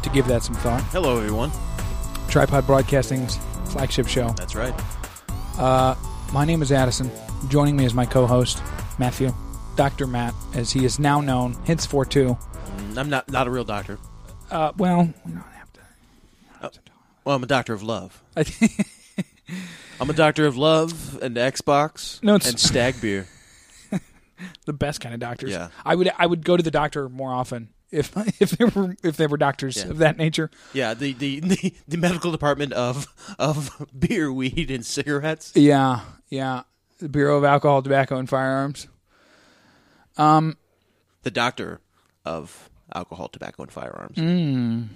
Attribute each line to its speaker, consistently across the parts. Speaker 1: to Give That Some Thought,
Speaker 2: Hello, everyone.
Speaker 1: Tripod Broadcasting's flagship show.
Speaker 2: That's right.
Speaker 1: My name is Addison. Joining me is my co host, Matthew, Dr. Matt, as he is now known, henceforth too.
Speaker 2: I'm not not a real doctor.
Speaker 1: Uh, well, we don't have to.
Speaker 2: Well, I'm a doctor of love.
Speaker 1: I think-
Speaker 2: I'm a doctor of love and Xbox
Speaker 1: No, it's-
Speaker 2: and stag beer.
Speaker 1: the best kind of doctors.
Speaker 2: Yeah.
Speaker 1: I would I would go to the doctor more often if if there were if there were doctors
Speaker 2: Yeah.
Speaker 1: of that nature.
Speaker 2: Yeah, the, the, the, the medical department of of beer, weed, and cigarettes.
Speaker 1: Yeah, yeah. The Bureau of Alcohol, Tobacco, and Firearms.
Speaker 2: The doctor of alcohol, tobacco, and firearms.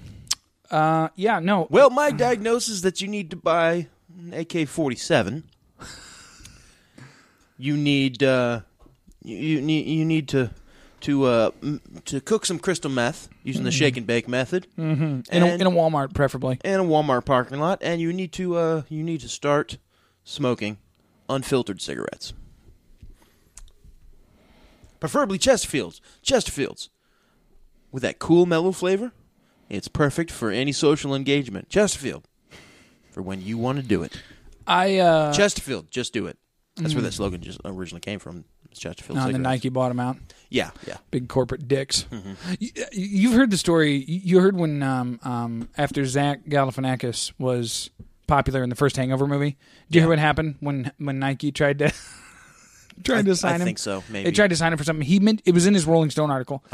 Speaker 1: Uh, yeah, no.
Speaker 2: Well, my diagnosis that you need to buy an AK-47. You need uh, you, you need you need to to uh, m- to cook some crystal meth using the shake and bake method. Mm-hmm.
Speaker 1: in, a, in a Walmart, preferably.
Speaker 2: in a Walmart parking lot, and you need to uh, you need to start smoking unfiltered cigarettes, preferably Chesterfields. Chesterfields with that cool mellow flavor. It's perfect for any social engagement. Chesterfield for when you want to do it.
Speaker 1: I uh, mm.
Speaker 2: Chesterfield, just do it. That's where that slogan just originally came from. It's Chesterfield.
Speaker 1: no, and then
Speaker 2: cigarettes.
Speaker 1: Nike bought them out.
Speaker 2: Yeah, yeah.
Speaker 1: big corporate dicks.
Speaker 2: Mm-hmm.
Speaker 1: You, you've heard the story. You you heard when um, um, after Zach Galifianakis was popular in the first Hangover movie. Do you hear what happened when when Nike tried to tried to sign
Speaker 2: I
Speaker 1: him?
Speaker 2: think so. Maybe Uh-huh.
Speaker 1: They tried to sign him for something. He meant it was in his Rolling Stone article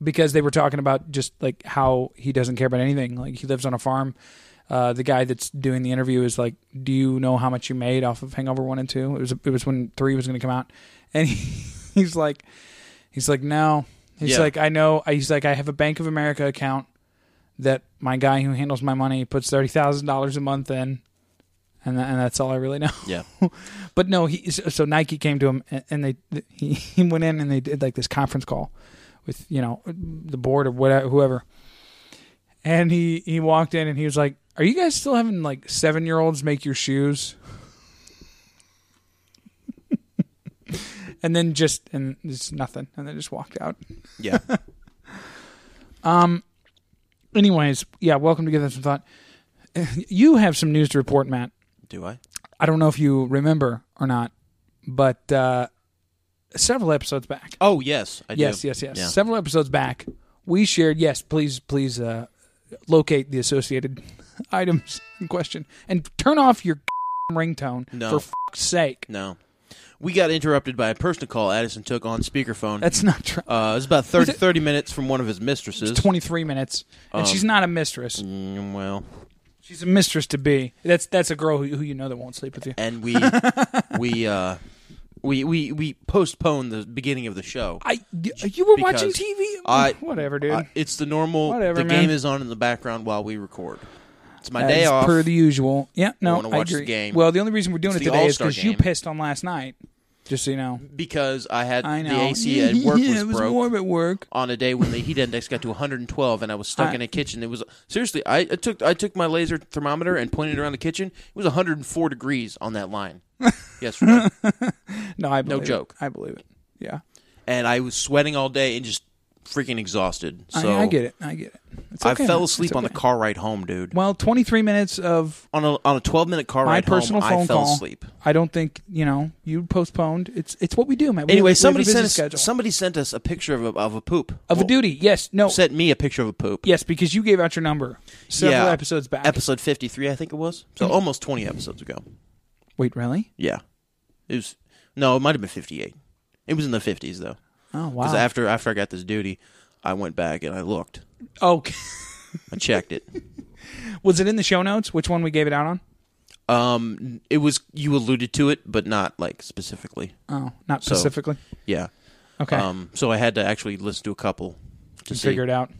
Speaker 1: because they were talking about just like how he doesn't care about anything. Like he lives on a farm. Uh, the guy that's doing the interview is like, "Do you know how much you made off of Hangover One and Two? It was it was when three was going to come out, and he, he's like, he's like, no, he's
Speaker 2: Yeah.
Speaker 1: like, I know. He's like, I have a Bank of America account that my guy who handles my money puts thirty thousand dollars a month in, and tha- and that's all I really know.
Speaker 2: Yeah.
Speaker 1: But no, he so so Nike came to him and- and they he, he went in and they did like this conference call with you know the board or whatever whoever, and he he walked in and he was like, "Are you guys still having like seven year olds make your shoes?" and then just and just nothing, and then just walked out.
Speaker 2: yeah.
Speaker 1: Anyways, yeah, welcome to give that some thought. You have some news to report, Matt.
Speaker 2: Do I?
Speaker 1: I don't know if you remember or not, but uh, several episodes back.
Speaker 2: Oh yes, I do.
Speaker 1: yes, yes, yes.
Speaker 2: Yeah.
Speaker 1: Several episodes back, we shared. Yes, please, please uh, locate the associated items in question and turn off your ringtone
Speaker 2: No.
Speaker 1: for fuck's sake.
Speaker 2: No. We got interrupted by a personal call Addison took on speakerphone.
Speaker 1: That's not true.
Speaker 2: uh, it was about 30,
Speaker 1: it-
Speaker 2: 30 minutes from one of his mistresses.
Speaker 1: It's Twenty three minutes, and she's not a mistress.
Speaker 2: Um, Mm, well,
Speaker 1: She's a mistress to be. That's that's a girl who, who you know that won't sleep with you.
Speaker 2: and we we uh, we we we postponed the beginning of the show.
Speaker 1: I you were
Speaker 2: because
Speaker 1: watching TV.
Speaker 2: I-
Speaker 1: Whatever, dude.
Speaker 2: Uh, it's the normal.
Speaker 1: Whatever,
Speaker 2: the
Speaker 1: man.
Speaker 2: game is on in the background while we record. It's my
Speaker 1: As
Speaker 2: day off.
Speaker 1: per the usual. Yeah, no, I,
Speaker 2: wanna watch the
Speaker 1: agree.
Speaker 2: game.
Speaker 1: Well, the only reason we're doing
Speaker 2: It's
Speaker 1: it
Speaker 2: the
Speaker 1: today is
Speaker 2: All-Star
Speaker 1: because you
Speaker 2: game.
Speaker 1: pissed on last night. Just so you know,
Speaker 2: because I had
Speaker 1: I know
Speaker 2: the AC at work
Speaker 1: yeah,
Speaker 2: was,
Speaker 1: it was
Speaker 2: broke
Speaker 1: warm at work.
Speaker 2: on a day when the heat index got to 112 and I was stuck
Speaker 1: I-
Speaker 2: in a kitchen. It was seriously. I, I took I took my laser thermometer and pointed it around the kitchen. It was 104 degrees on that line yesterday.
Speaker 1: No, I believe it.
Speaker 2: joke.
Speaker 1: I believe it. Yeah,
Speaker 2: and I was sweating all day and just freaking exhausted. So
Speaker 1: I, I get it. I get it. It's
Speaker 2: I
Speaker 1: okay,
Speaker 2: fell
Speaker 1: man.
Speaker 2: asleep
Speaker 1: It's
Speaker 2: on the
Speaker 1: okay.
Speaker 2: car ride home, dude.
Speaker 1: Well, twenty three minutes of
Speaker 2: On a on a twelve minute car
Speaker 1: my
Speaker 2: ride
Speaker 1: personal
Speaker 2: home,
Speaker 1: phone
Speaker 2: I fell
Speaker 1: call.
Speaker 2: asleep.
Speaker 1: I don't think you know you postponed. It's it's what we do, man. We
Speaker 2: Anyway,
Speaker 1: have, a- we
Speaker 2: somebody
Speaker 1: have a busy
Speaker 2: sent us
Speaker 1: schedule.
Speaker 2: somebody sent us a picture of a, of a poop
Speaker 1: of
Speaker 2: Well,
Speaker 1: a duty. Yes, no,
Speaker 2: Sent me a picture of a poop.
Speaker 1: yes, because you gave out your number several
Speaker 2: Yeah.
Speaker 1: episodes back. Hmm.
Speaker 2: Episode fifty three, I think it was. So almost twenty episodes ago.
Speaker 1: Wait, really?
Speaker 2: Yeah, it was. No, it might have been fifty eight. It was in the fifties though.
Speaker 1: Oh
Speaker 2: Because
Speaker 1: wow.
Speaker 2: after after I got this duty, I went back and I looked.
Speaker 1: Oh, okay.
Speaker 2: I checked it.
Speaker 1: Was it in the show notes? Which one we gave it out on?
Speaker 2: Um, it was you alluded to it, but not like specifically.
Speaker 1: Oh, not
Speaker 2: So-
Speaker 1: specifically.
Speaker 2: Yeah.
Speaker 1: Okay.
Speaker 2: Um, so I had to actually listen to a couple to see.
Speaker 1: figure it out.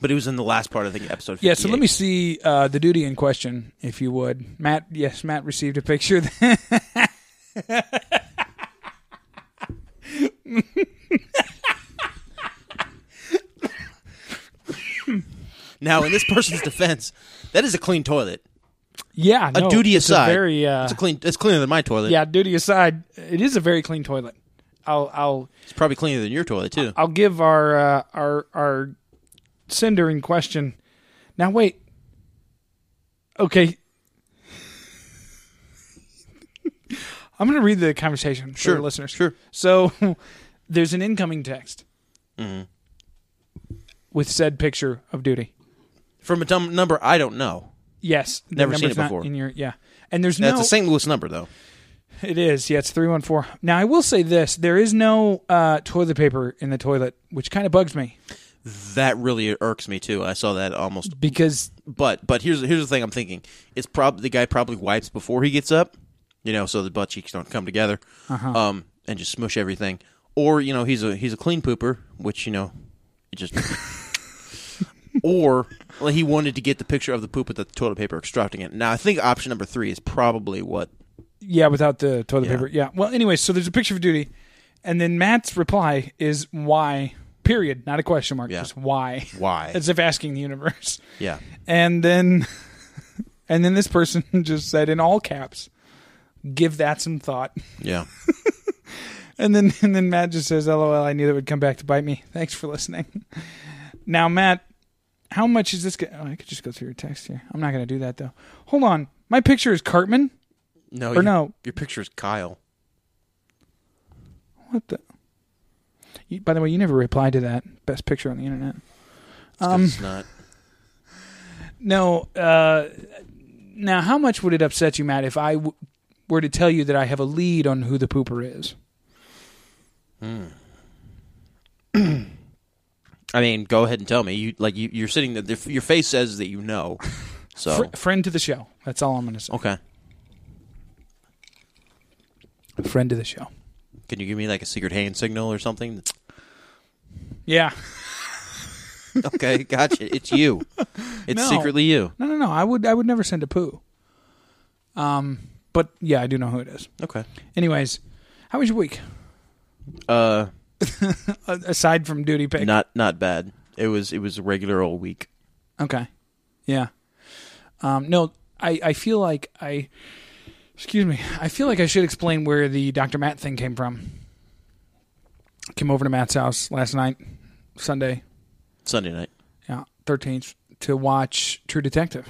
Speaker 2: But it was in the last part of the episode.
Speaker 1: Yeah, so let me
Speaker 2: 58.
Speaker 1: see uh, the duty in question, if you would. Matt, yes, Matt received a picture. that-
Speaker 2: Now, in this person's defense, that is a clean toilet.
Speaker 1: yeah,
Speaker 2: A
Speaker 1: no,
Speaker 2: duty
Speaker 1: it's a
Speaker 2: aside,
Speaker 1: very, uh,
Speaker 2: it's a clean. It's cleaner than my toilet.
Speaker 1: yeah, duty aside, it is a very clean toilet. I'll, I'll,
Speaker 2: it's probably cleaner than your toilet too.
Speaker 1: I'll give our, uh, our, our sender in question. Now wait, okay. I'm going to read the conversation for
Speaker 2: Sure,
Speaker 1: the listeners.
Speaker 2: sure.
Speaker 1: So there's an incoming text
Speaker 2: Mm-hmm.
Speaker 1: with said picture of duty.
Speaker 2: From a dumb number, I don't know.
Speaker 1: Yes, the
Speaker 2: Never seen
Speaker 1: number's
Speaker 2: it
Speaker 1: not
Speaker 2: before.
Speaker 1: In your yeah, and there's
Speaker 2: That's
Speaker 1: no.
Speaker 2: a St. Louis number though.
Speaker 1: It is. Yeah, it's three one four. Now I will say this: there is no uh, toilet paper in the toilet, which kind of bugs me
Speaker 2: That really irks me too. I saw that almost.
Speaker 1: because
Speaker 2: But but here's here's the thing I'm thinking. It's probably the guy probably wipes before he gets up, you know, so the butt cheeks don't come together, um, and just smush everything. Or you know he's a he's a clean pooper, which you know, it just. or well, he wanted to get the picture of the poop with the toilet paper extracting it. Now I think option number three is probably what
Speaker 1: yeah, without the toilet
Speaker 2: Yeah.
Speaker 1: paper. Yeah. Well, anyway, so there's a picture of duty, and then Matt's reply is why? Period. Not a question mark.
Speaker 2: Yeah.
Speaker 1: Just why?
Speaker 2: why
Speaker 1: As if asking the universe.
Speaker 2: yeah
Speaker 1: And then, and then this person just said in all caps, "Give that some thought."
Speaker 2: yeah.
Speaker 1: And then and then Matt just says, "LOL, I knew that would come back to bite me. Thanks for listening." Now, Matt, how much is this? Go- oh, I could just go through your text here. I'm not going to do that though. Hold on, my picture is Cartman.
Speaker 2: No,
Speaker 1: Or
Speaker 2: your,
Speaker 1: no.
Speaker 2: Your picture is Kyle.
Speaker 1: What the? You, by the way, you never replied to that best picture on the internet.
Speaker 2: It's 'cause it's not.
Speaker 1: No. Uh, now, how much would it upset you, Matt, if I w- were to tell you that I have a lead on who the pooper is?
Speaker 2: I mean, go ahead and tell me. You like you, you're sitting there. Your face says that you know. So
Speaker 1: Fr- friend to the show. That's all I'm going to say.
Speaker 2: okay,
Speaker 1: Friend to the show.
Speaker 2: can you give me like a secret hand signal or something?
Speaker 1: Yeah.
Speaker 2: Okay, gotcha. It's you. It's
Speaker 1: No.
Speaker 2: secretly you.
Speaker 1: No, no, no. I would I would never send a poo. Um, but yeah, I do know who it is.
Speaker 2: Okay.
Speaker 1: Anyways, how was your week?
Speaker 2: Uh,
Speaker 1: Uh, aside from duty pick.
Speaker 2: not not bad. It was it was a regular old week.
Speaker 1: okay. Yeah. Um, no, I I feel like I excuse me. I feel like I should explain where the Dr. Matt thing came from. Came over to Matt's house last night, Sunday,
Speaker 2: Sunday night.
Speaker 1: yeah, 13th to watch True Detective,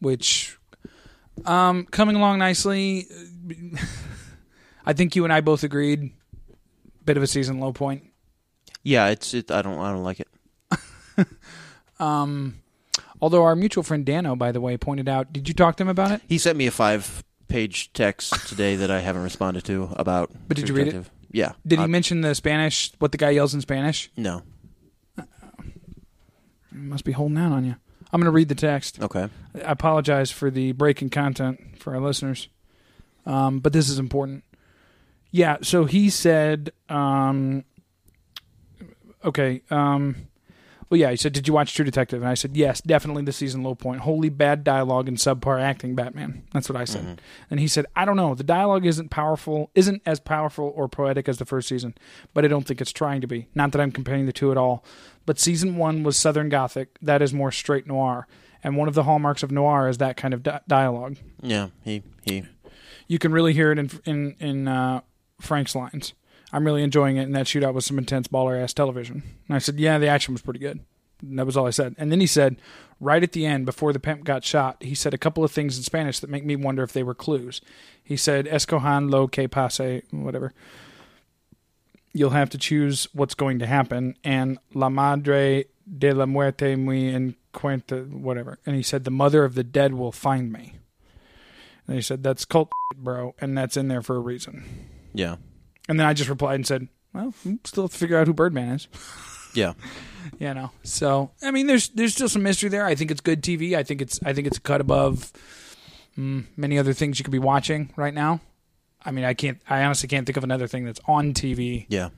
Speaker 1: which um coming along nicely. I think you and I both agreed bit of a season low point.
Speaker 2: Yeah, it's it. I don't I don't like it.
Speaker 1: Um, Although our mutual friend Dano by the way pointed out, did you talk to him about it?
Speaker 2: He sent me a five page text today that I haven't responded to about.
Speaker 1: But did you read it?
Speaker 2: Detective. Yeah.
Speaker 1: Did
Speaker 2: Uh,
Speaker 1: he mention the Spanish what the guy yells in Spanish?
Speaker 2: No.
Speaker 1: He must be holding out on you. I'm going to read the text.
Speaker 2: Okay.
Speaker 1: I apologize for the break in content for our listeners, um, but this is important. Yeah, so he said, um, okay, um, well, yeah, he said, did you watch True Detective? And I said, yes, definitely the season low point. Holy bad dialogue and subpar acting, Batman. That's what I said. And he said, I don't know. The dialogue isn't powerful, isn't as powerful or poetic as the first season, but I don't think it's trying to be. Not that I'm comparing the two at all. But season one was Southern Gothic. That is more straight noir. And one of the hallmarks of noir is that kind of di- dialogue.
Speaker 2: Yeah. He he.
Speaker 1: You can really hear it in in in uh, Frank's lines. I'm really enjoying it, and that shootout was some intense baller ass television. And I said, yeah, the action was pretty good. And that was all I said. And then he said, right at the end, before the pimp got shot, he said a couple of things in Spanish that make me wonder if they were clues. He said, "Escojan lo que pase," whatever. You'll have to choose what's going to happen, and la madre de la muerte me encuentra, whatever. And he said, "The mother of the dead will find me." And he said, "That's cult, bro, and that's in there for a reason."
Speaker 2: Yeah.
Speaker 1: And then I just replied and said, "Well, we still have to figure out who Birdman is."
Speaker 2: Yeah.
Speaker 1: You know. So I mean, there's there's still some mystery there. I think it's good TV. I think it's I think it's a cut above mm, many other things you could be watching right now. I mean, I can't. I honestly can't think of another thing that's on TV
Speaker 2: Yeah.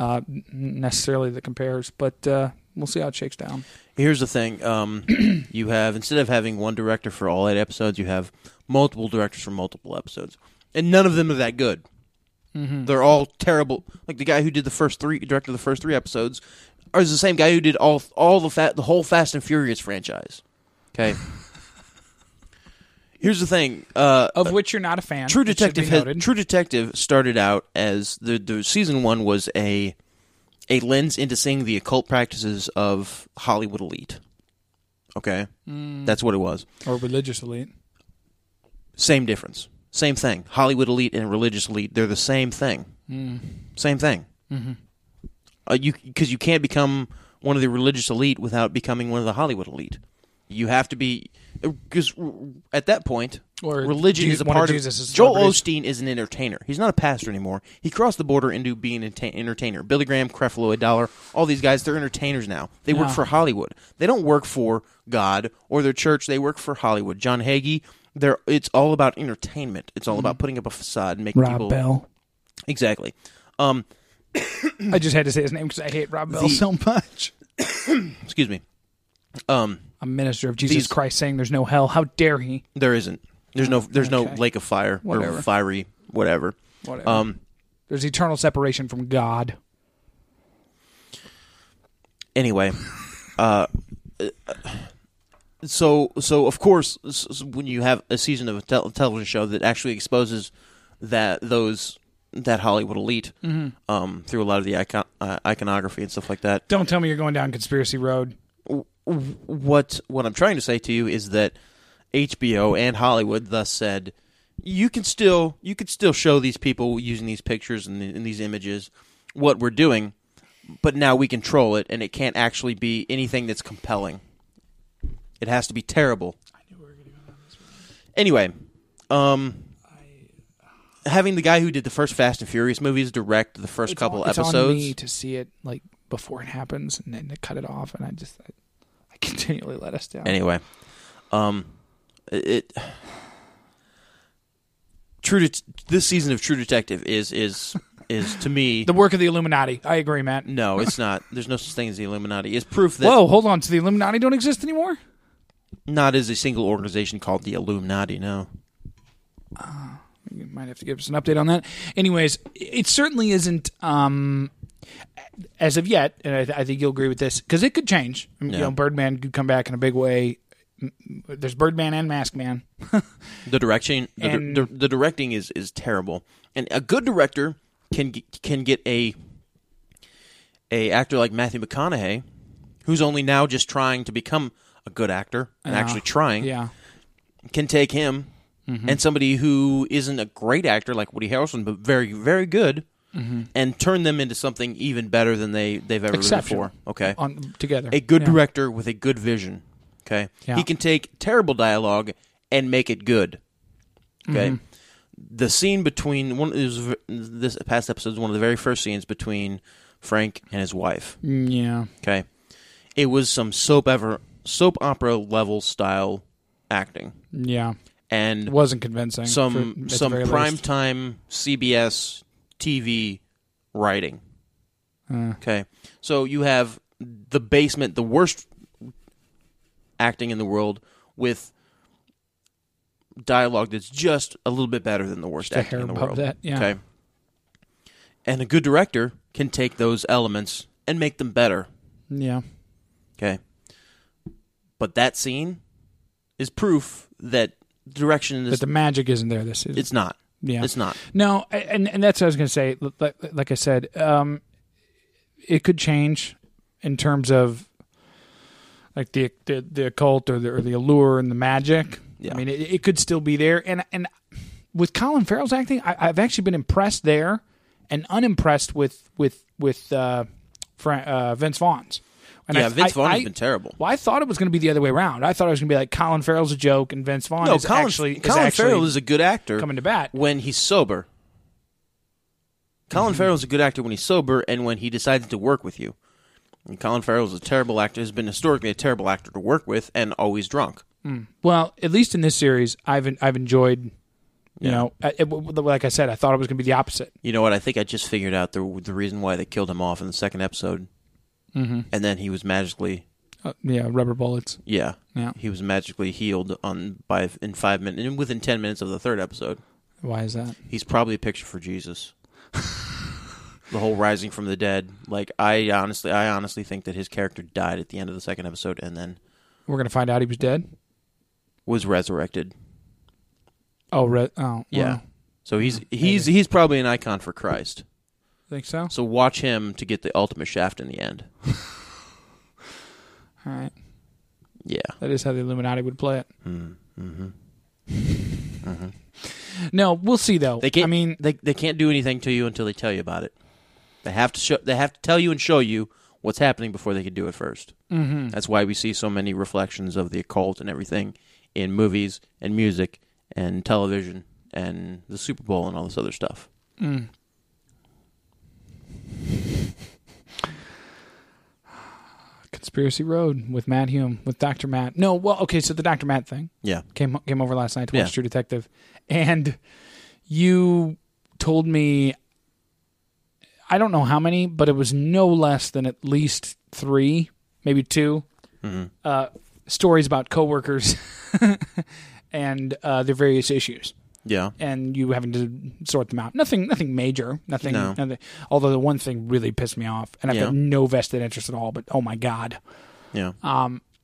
Speaker 1: uh, n- necessarily that compares. But uh, we'll see how it shakes down.
Speaker 2: Here's the thing: um, you have instead of having one director for all eight episodes, you have multiple directors for multiple episodes, and none of them are that good. They're all terrible. Like the guy who did the first three, directed the first three episodes, is the same guy who did all all the fa- the whole Fast and Furious franchise. Okay. Here's the thing: uh,
Speaker 1: of which you're not a fan.
Speaker 2: True
Speaker 1: it should be
Speaker 2: Detective has,
Speaker 1: noted.
Speaker 2: True Detective started out as the the season one was a a lens into seeing the occult practices of Hollywood elite. Okay,
Speaker 1: Hmm.
Speaker 2: that's what it was.
Speaker 1: or religious elite.
Speaker 2: Same difference, same thing. Hollywood elite and religious elite—they're the same thing.
Speaker 1: Hmm.
Speaker 2: Same thing. Mm-hmm. Uh, you because you can't become one of the religious elite without becoming one of the Hollywood elite. You have to be because at that point,
Speaker 1: Or
Speaker 2: religion
Speaker 1: Je-
Speaker 2: is a
Speaker 1: one of
Speaker 2: part of.
Speaker 1: Jesus's
Speaker 2: Joel
Speaker 1: celebrities.
Speaker 2: Osteen is an entertainer. He's not a pastor anymore. He crossed the border into being an enta- entertainer. Billy Graham, Creflo, Dollar, all these guys—they're entertainers now. They work
Speaker 1: Yeah.
Speaker 2: for Hollywood. They don't work for God or their church. They work for Hollywood. John Hagee. They're, it's all about entertainment. It's all about putting up a facade and making
Speaker 1: Mm. Rob
Speaker 2: people
Speaker 1: Bell.
Speaker 2: exactly. Um,
Speaker 1: I just had to say his name because I hate Rob Bell
Speaker 2: The-
Speaker 1: so much.
Speaker 2: excuse me. Um,
Speaker 1: A minister of Jesus
Speaker 2: These-
Speaker 1: Christ saying there's no hell. How dare he?
Speaker 2: there isn't. There's no. There's no
Speaker 1: Okay.
Speaker 2: lake of fire
Speaker 1: Whatever.
Speaker 2: or fiery whatever.
Speaker 1: Whatever.
Speaker 2: Um,
Speaker 1: there's eternal separation from God.
Speaker 2: anyway, uh, so so of course, s- s- when you have a season of a tel- television show that actually exposes that those that Hollywood elite um, through a lot of the icon- uh, iconography and stuff like that,
Speaker 1: Don't tell me you're going down conspiracy road.
Speaker 2: what what I'm trying to say to you is that HBO and Hollywood thus said you can still you could still show these people using these pictures and, the- and these images what we're doing, but now we control it and it can't actually be anything that's compelling. It has to be terrible. Anyway, um, having the guy who did the first Fast and Furious movies direct the first
Speaker 1: uh, It's
Speaker 2: couple
Speaker 1: on- it's on
Speaker 2: episodes.
Speaker 1: me to see it like before it happens and then to cut it off, and I just I, I continually let us down.
Speaker 2: Anyway, um, it true. Det- this season of True Detective is is is to me
Speaker 1: the work of the Illuminati. I agree, Matt.
Speaker 2: no, it's not. There's no such thing as the Illuminati. It's proof Mm, that
Speaker 1: Whoa, hold on. So the Illuminati don't exist anymore?
Speaker 2: not as a single organization called the Illuminati. No,
Speaker 1: You might have to give us an update on that. Anyways, it certainly isn't um, as of yet, and I, th- I think you'll agree with this because it could change. I mean, You
Speaker 2: Yeah.
Speaker 1: know, Birdman could come back in a big way. M- m- There's Birdman and Mask Man.
Speaker 2: the direction the, dir-
Speaker 1: And-
Speaker 2: the, the directing is is terrible, and a good director can g- can get a a actor like Matthew McConaughey, who's only now just trying to become a good actor and actually trying.
Speaker 1: yeah,
Speaker 2: can take him
Speaker 1: Mm-hmm.
Speaker 2: and somebody who isn't a great actor like Woody Harrelson, but very, very good,
Speaker 1: Mm-hmm.
Speaker 2: and turn them into something even better than they, they've ever been
Speaker 1: Exceptional.
Speaker 2: before. Okay.
Speaker 1: on together.
Speaker 2: a good
Speaker 1: Yeah.
Speaker 2: director with a good vision. Okay.
Speaker 1: Yeah.
Speaker 2: He can take terrible dialogue and make it good. Okay.
Speaker 1: Mm-hmm.
Speaker 2: The scene between one it was, this past episode is one of the very first scenes between Frank and his wife.
Speaker 1: Mm, Yeah,
Speaker 2: Okay. It was some soap ever soap opera level style acting.
Speaker 1: yeah.
Speaker 2: And
Speaker 1: It wasn't convincing. for-
Speaker 2: some
Speaker 1: at the
Speaker 2: some
Speaker 1: very
Speaker 2: prime
Speaker 1: least.
Speaker 2: time CBS TV writing.
Speaker 1: Uh.
Speaker 2: Okay, so you have the basement, the worst acting in the world, with dialogue that's just a little bit better than the worst
Speaker 1: Just a
Speaker 2: acting
Speaker 1: hair
Speaker 2: in the
Speaker 1: above
Speaker 2: world.
Speaker 1: that, yeah.
Speaker 2: Okay, and a good director can take those elements and make them better.
Speaker 1: Yeah,
Speaker 2: Okay. But that scene is proof that direction
Speaker 1: but
Speaker 2: is
Speaker 1: the magic isn't there. This is
Speaker 2: it's not.
Speaker 1: Yeah.
Speaker 2: It's not.
Speaker 1: No, and and that's what I was going to say. Li- Like, like I said, um, it could change in terms of like the the, the occult or the, or the allure and the magic.
Speaker 2: Yeah.
Speaker 1: I mean, it, it could still be there. And and with Colin Farrell's acting, I, I've actually been impressed there, and unimpressed with with with uh, Fra- uh, Vince Vaughn's. And
Speaker 2: Yeah,
Speaker 1: I-
Speaker 2: Vince
Speaker 1: I-
Speaker 2: Vaughn has
Speaker 1: I-
Speaker 2: been terrible.
Speaker 1: Well, I thought it was going to be the other way around. I thought it was going to be like Colin Farrell's a joke and Vince Vaughn
Speaker 2: No,
Speaker 1: is
Speaker 2: Colin,
Speaker 1: actually is
Speaker 2: Colin
Speaker 1: actually-
Speaker 2: Farrell is a good actor
Speaker 1: coming to bat.
Speaker 2: when he's sober.
Speaker 1: Mm-hmm.
Speaker 2: Colin Farrell is a good actor when he's sober and when he decides to work with you. And Colin Farrell is a terrible actor. Has been historically a terrible actor to work with and always drunk.
Speaker 1: Well, at least in this series, I've I've enjoyed. You know, I- it- like I said, I thought it was going to be the opposite.
Speaker 2: You know what? I think I just figured out the the reason why they killed him off in the second episode, mm-hmm. and then he was magically
Speaker 1: Uh, yeah, rubber bullets.
Speaker 2: Yeah.
Speaker 1: Yeah.
Speaker 2: He was magically healed on by in five minutes, and within ten minutes of the third episode,
Speaker 1: Why is that?
Speaker 2: he's probably a picture for Jesus. the whole rising from the dead. Like I honestly, I honestly think that his character died at the end of the second episode, and then
Speaker 1: We're gonna find out he was dead.
Speaker 2: was resurrected.
Speaker 1: Oh, re- oh, well,
Speaker 2: Yeah. so he's he's he's probably an icon for Christ.
Speaker 1: think so.
Speaker 2: So watch him to get the ultimate shaft in the end.
Speaker 1: All right,
Speaker 2: Yeah. Hmm.
Speaker 1: that is how the Illuminati would play it. Mm-hmm. No, we'll see though.
Speaker 2: They can't.
Speaker 1: I mean,
Speaker 2: they they can't do anything to you until they tell you about it. They have to show. They have to tell you and show you what's happening before they can do it 1st Mm-hmm. That's why we see so many reflections of the occult and everything in movies and music and television and the Super Bowl and all this other stuff.
Speaker 1: Conspiracy Road with Matt Hume with Doctor Matt. No, well, okay, so the Doctor Matt thing.
Speaker 2: Yeah.
Speaker 1: came came over last night to watch
Speaker 2: Yeah.
Speaker 1: True Detective, and you told me I don't know how many, but it was no less than at least three, maybe 2 uh, stories about coworkers and uh, their various issues,
Speaker 2: Yeah.
Speaker 1: and you having to sort them out. Nothing, nothing major. Nothing.
Speaker 2: No.
Speaker 1: nothing although the one thing really pissed me off, and I've
Speaker 2: Yeah.
Speaker 1: got no vested interest at all. But oh my god
Speaker 2: Yeah.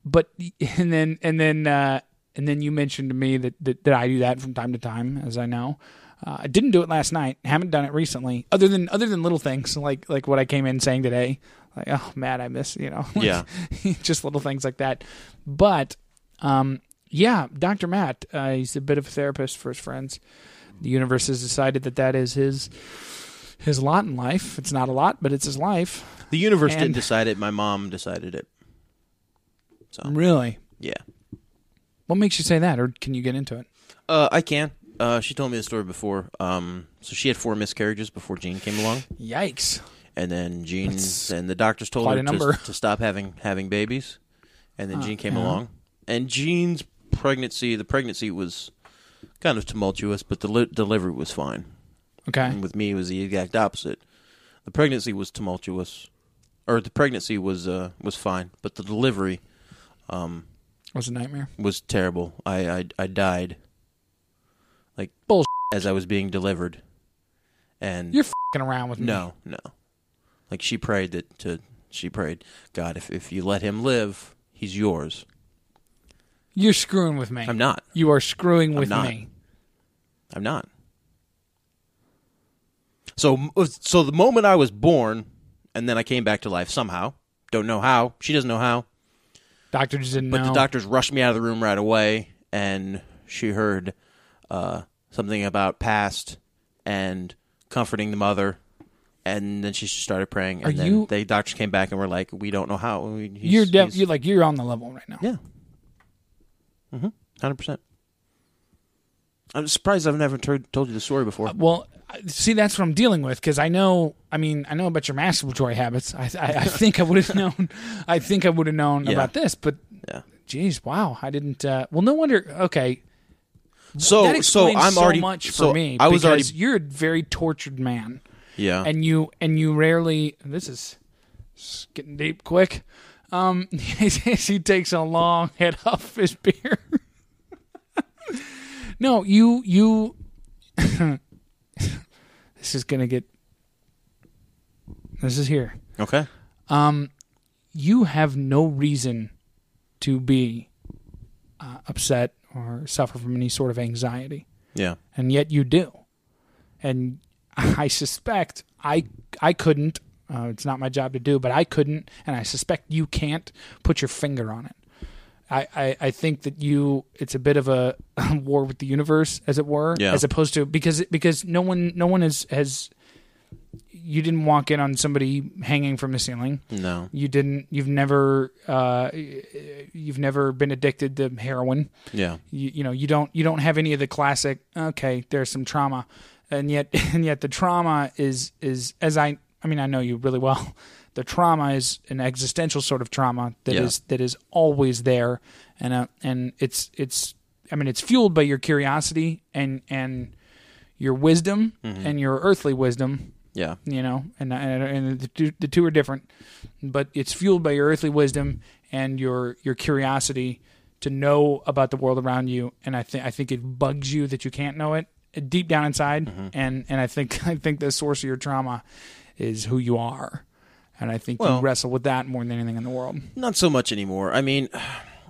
Speaker 1: but and then and then uh, and then you mentioned to me that, that that I do that from time to time, as I know. Uh, I didn't do it last night. Haven't done it recently. Other than other than little things like like what I came in saying today, like oh Matt, I miss you know, like,
Speaker 2: Yeah.
Speaker 1: just little things like that. But um, yeah, Doctor Matt, uh, he's a bit of a therapist for his friends. The universe has decided that that is his his lot in life. It's not a lot, but it's his life.
Speaker 2: the universe
Speaker 1: and-
Speaker 2: didn't decide it. My mom decided it. So
Speaker 1: Really,
Speaker 2: yeah.
Speaker 1: what makes you say that, or can you get into it?
Speaker 2: Uh, I can. Uh, she told me the story before. Um, so she had four miscarriages before Gene came along.
Speaker 1: Yikes.
Speaker 2: and then Gene
Speaker 1: That's
Speaker 2: and the doctors told
Speaker 1: quite
Speaker 2: her
Speaker 1: a number.
Speaker 2: to, to stop having having babies, and then Gene came along, and Gene's pregnancy the pregnancy was kind of tumultuous, but the li- delivery was fine.
Speaker 1: Okay.
Speaker 2: And with me, it was the exact opposite. The pregnancy was tumultuous, or the pregnancy was uh, was fine, but the delivery
Speaker 1: was a nightmare.
Speaker 2: was terrible. I I, I died like
Speaker 1: Bullsh-
Speaker 2: as I was being delivered, and
Speaker 1: You're fing around with me.
Speaker 2: No, no. Like she prayed that to she prayed, God, if if you let him live, he's yours.
Speaker 1: You're screwing with me.
Speaker 2: I'm not.
Speaker 1: You are screwing with
Speaker 2: not.
Speaker 1: me.
Speaker 2: I'm not. So uh, so the moment I was born, and then I came back to life somehow. Don't know how. She doesn't know how.
Speaker 1: Doctor just didn't
Speaker 2: But
Speaker 1: know.
Speaker 2: the doctors rushed me out of the room right away, and she heard uh, something about past and comforting the mother. And then she just started praying. And
Speaker 1: Are
Speaker 2: then
Speaker 1: you-
Speaker 2: the doctors came back and were like, "We don't know how." We- he's-
Speaker 1: you're def-
Speaker 2: he's-
Speaker 1: you're like you're on the level right now.
Speaker 2: Yeah. Mm-hmm. Hundred percent. I'm surprised I've never tur- told you the story before.
Speaker 1: Well, I- see, that's what I'm dealing with because I know. I mean, I know about your masturbatory habits. I I, I think I would have known. I think I would have known
Speaker 2: Yeah.
Speaker 1: about this, but.
Speaker 2: Yeah.
Speaker 1: Jeez, wow! I didn't. Uh, well, no wonder. Okay,
Speaker 2: so
Speaker 1: that
Speaker 2: so
Speaker 1: explains
Speaker 2: I'm already
Speaker 1: much for
Speaker 2: so
Speaker 1: me.
Speaker 2: I was already
Speaker 1: because You're a very tortured man.
Speaker 2: yeah.
Speaker 1: and you and you rarely this is it's getting deep quick um he says he takes a long head off his beer no you you this is gonna get this is here
Speaker 2: okay.
Speaker 1: you have no reason to be uh, upset or suffer from any sort of anxiety
Speaker 2: Yeah.
Speaker 1: and yet you do. And I suspect I I couldn't. Uh, it's not my job to do, but I couldn't, and I suspect you can't put your finger on it. I, I, I think that you it's a bit of a war with the universe, as it were,
Speaker 2: Yeah.
Speaker 1: as opposed to because because no one no one has has you didn't walk in on somebody hanging from the ceiling.
Speaker 2: No.
Speaker 1: You didn't. You've never. Uh, you've never been addicted to heroin
Speaker 2: Yeah.
Speaker 1: you, you know you don't you don't have any of the classic okay there's some trauma and yet and yet the trauma is is as i i mean i know you really well the trauma is an existential sort of trauma that is
Speaker 2: Yeah.
Speaker 1: that is always there and uh, and it's it's i mean it's fueled by your curiosity and and your wisdom and your earthly wisdom
Speaker 2: Yeah.
Speaker 1: you know, and and, and the, two, the two are different, but it's fueled by your earthly wisdom and your your curiosity to know about the world around you. And I think I think it bugs you that you can't know it uh, deep down inside. And and I think I think the source of your trauma is who you are. And I think
Speaker 2: Well-
Speaker 1: you wrestle with that more than anything in the world.
Speaker 2: Not so much anymore. I mean,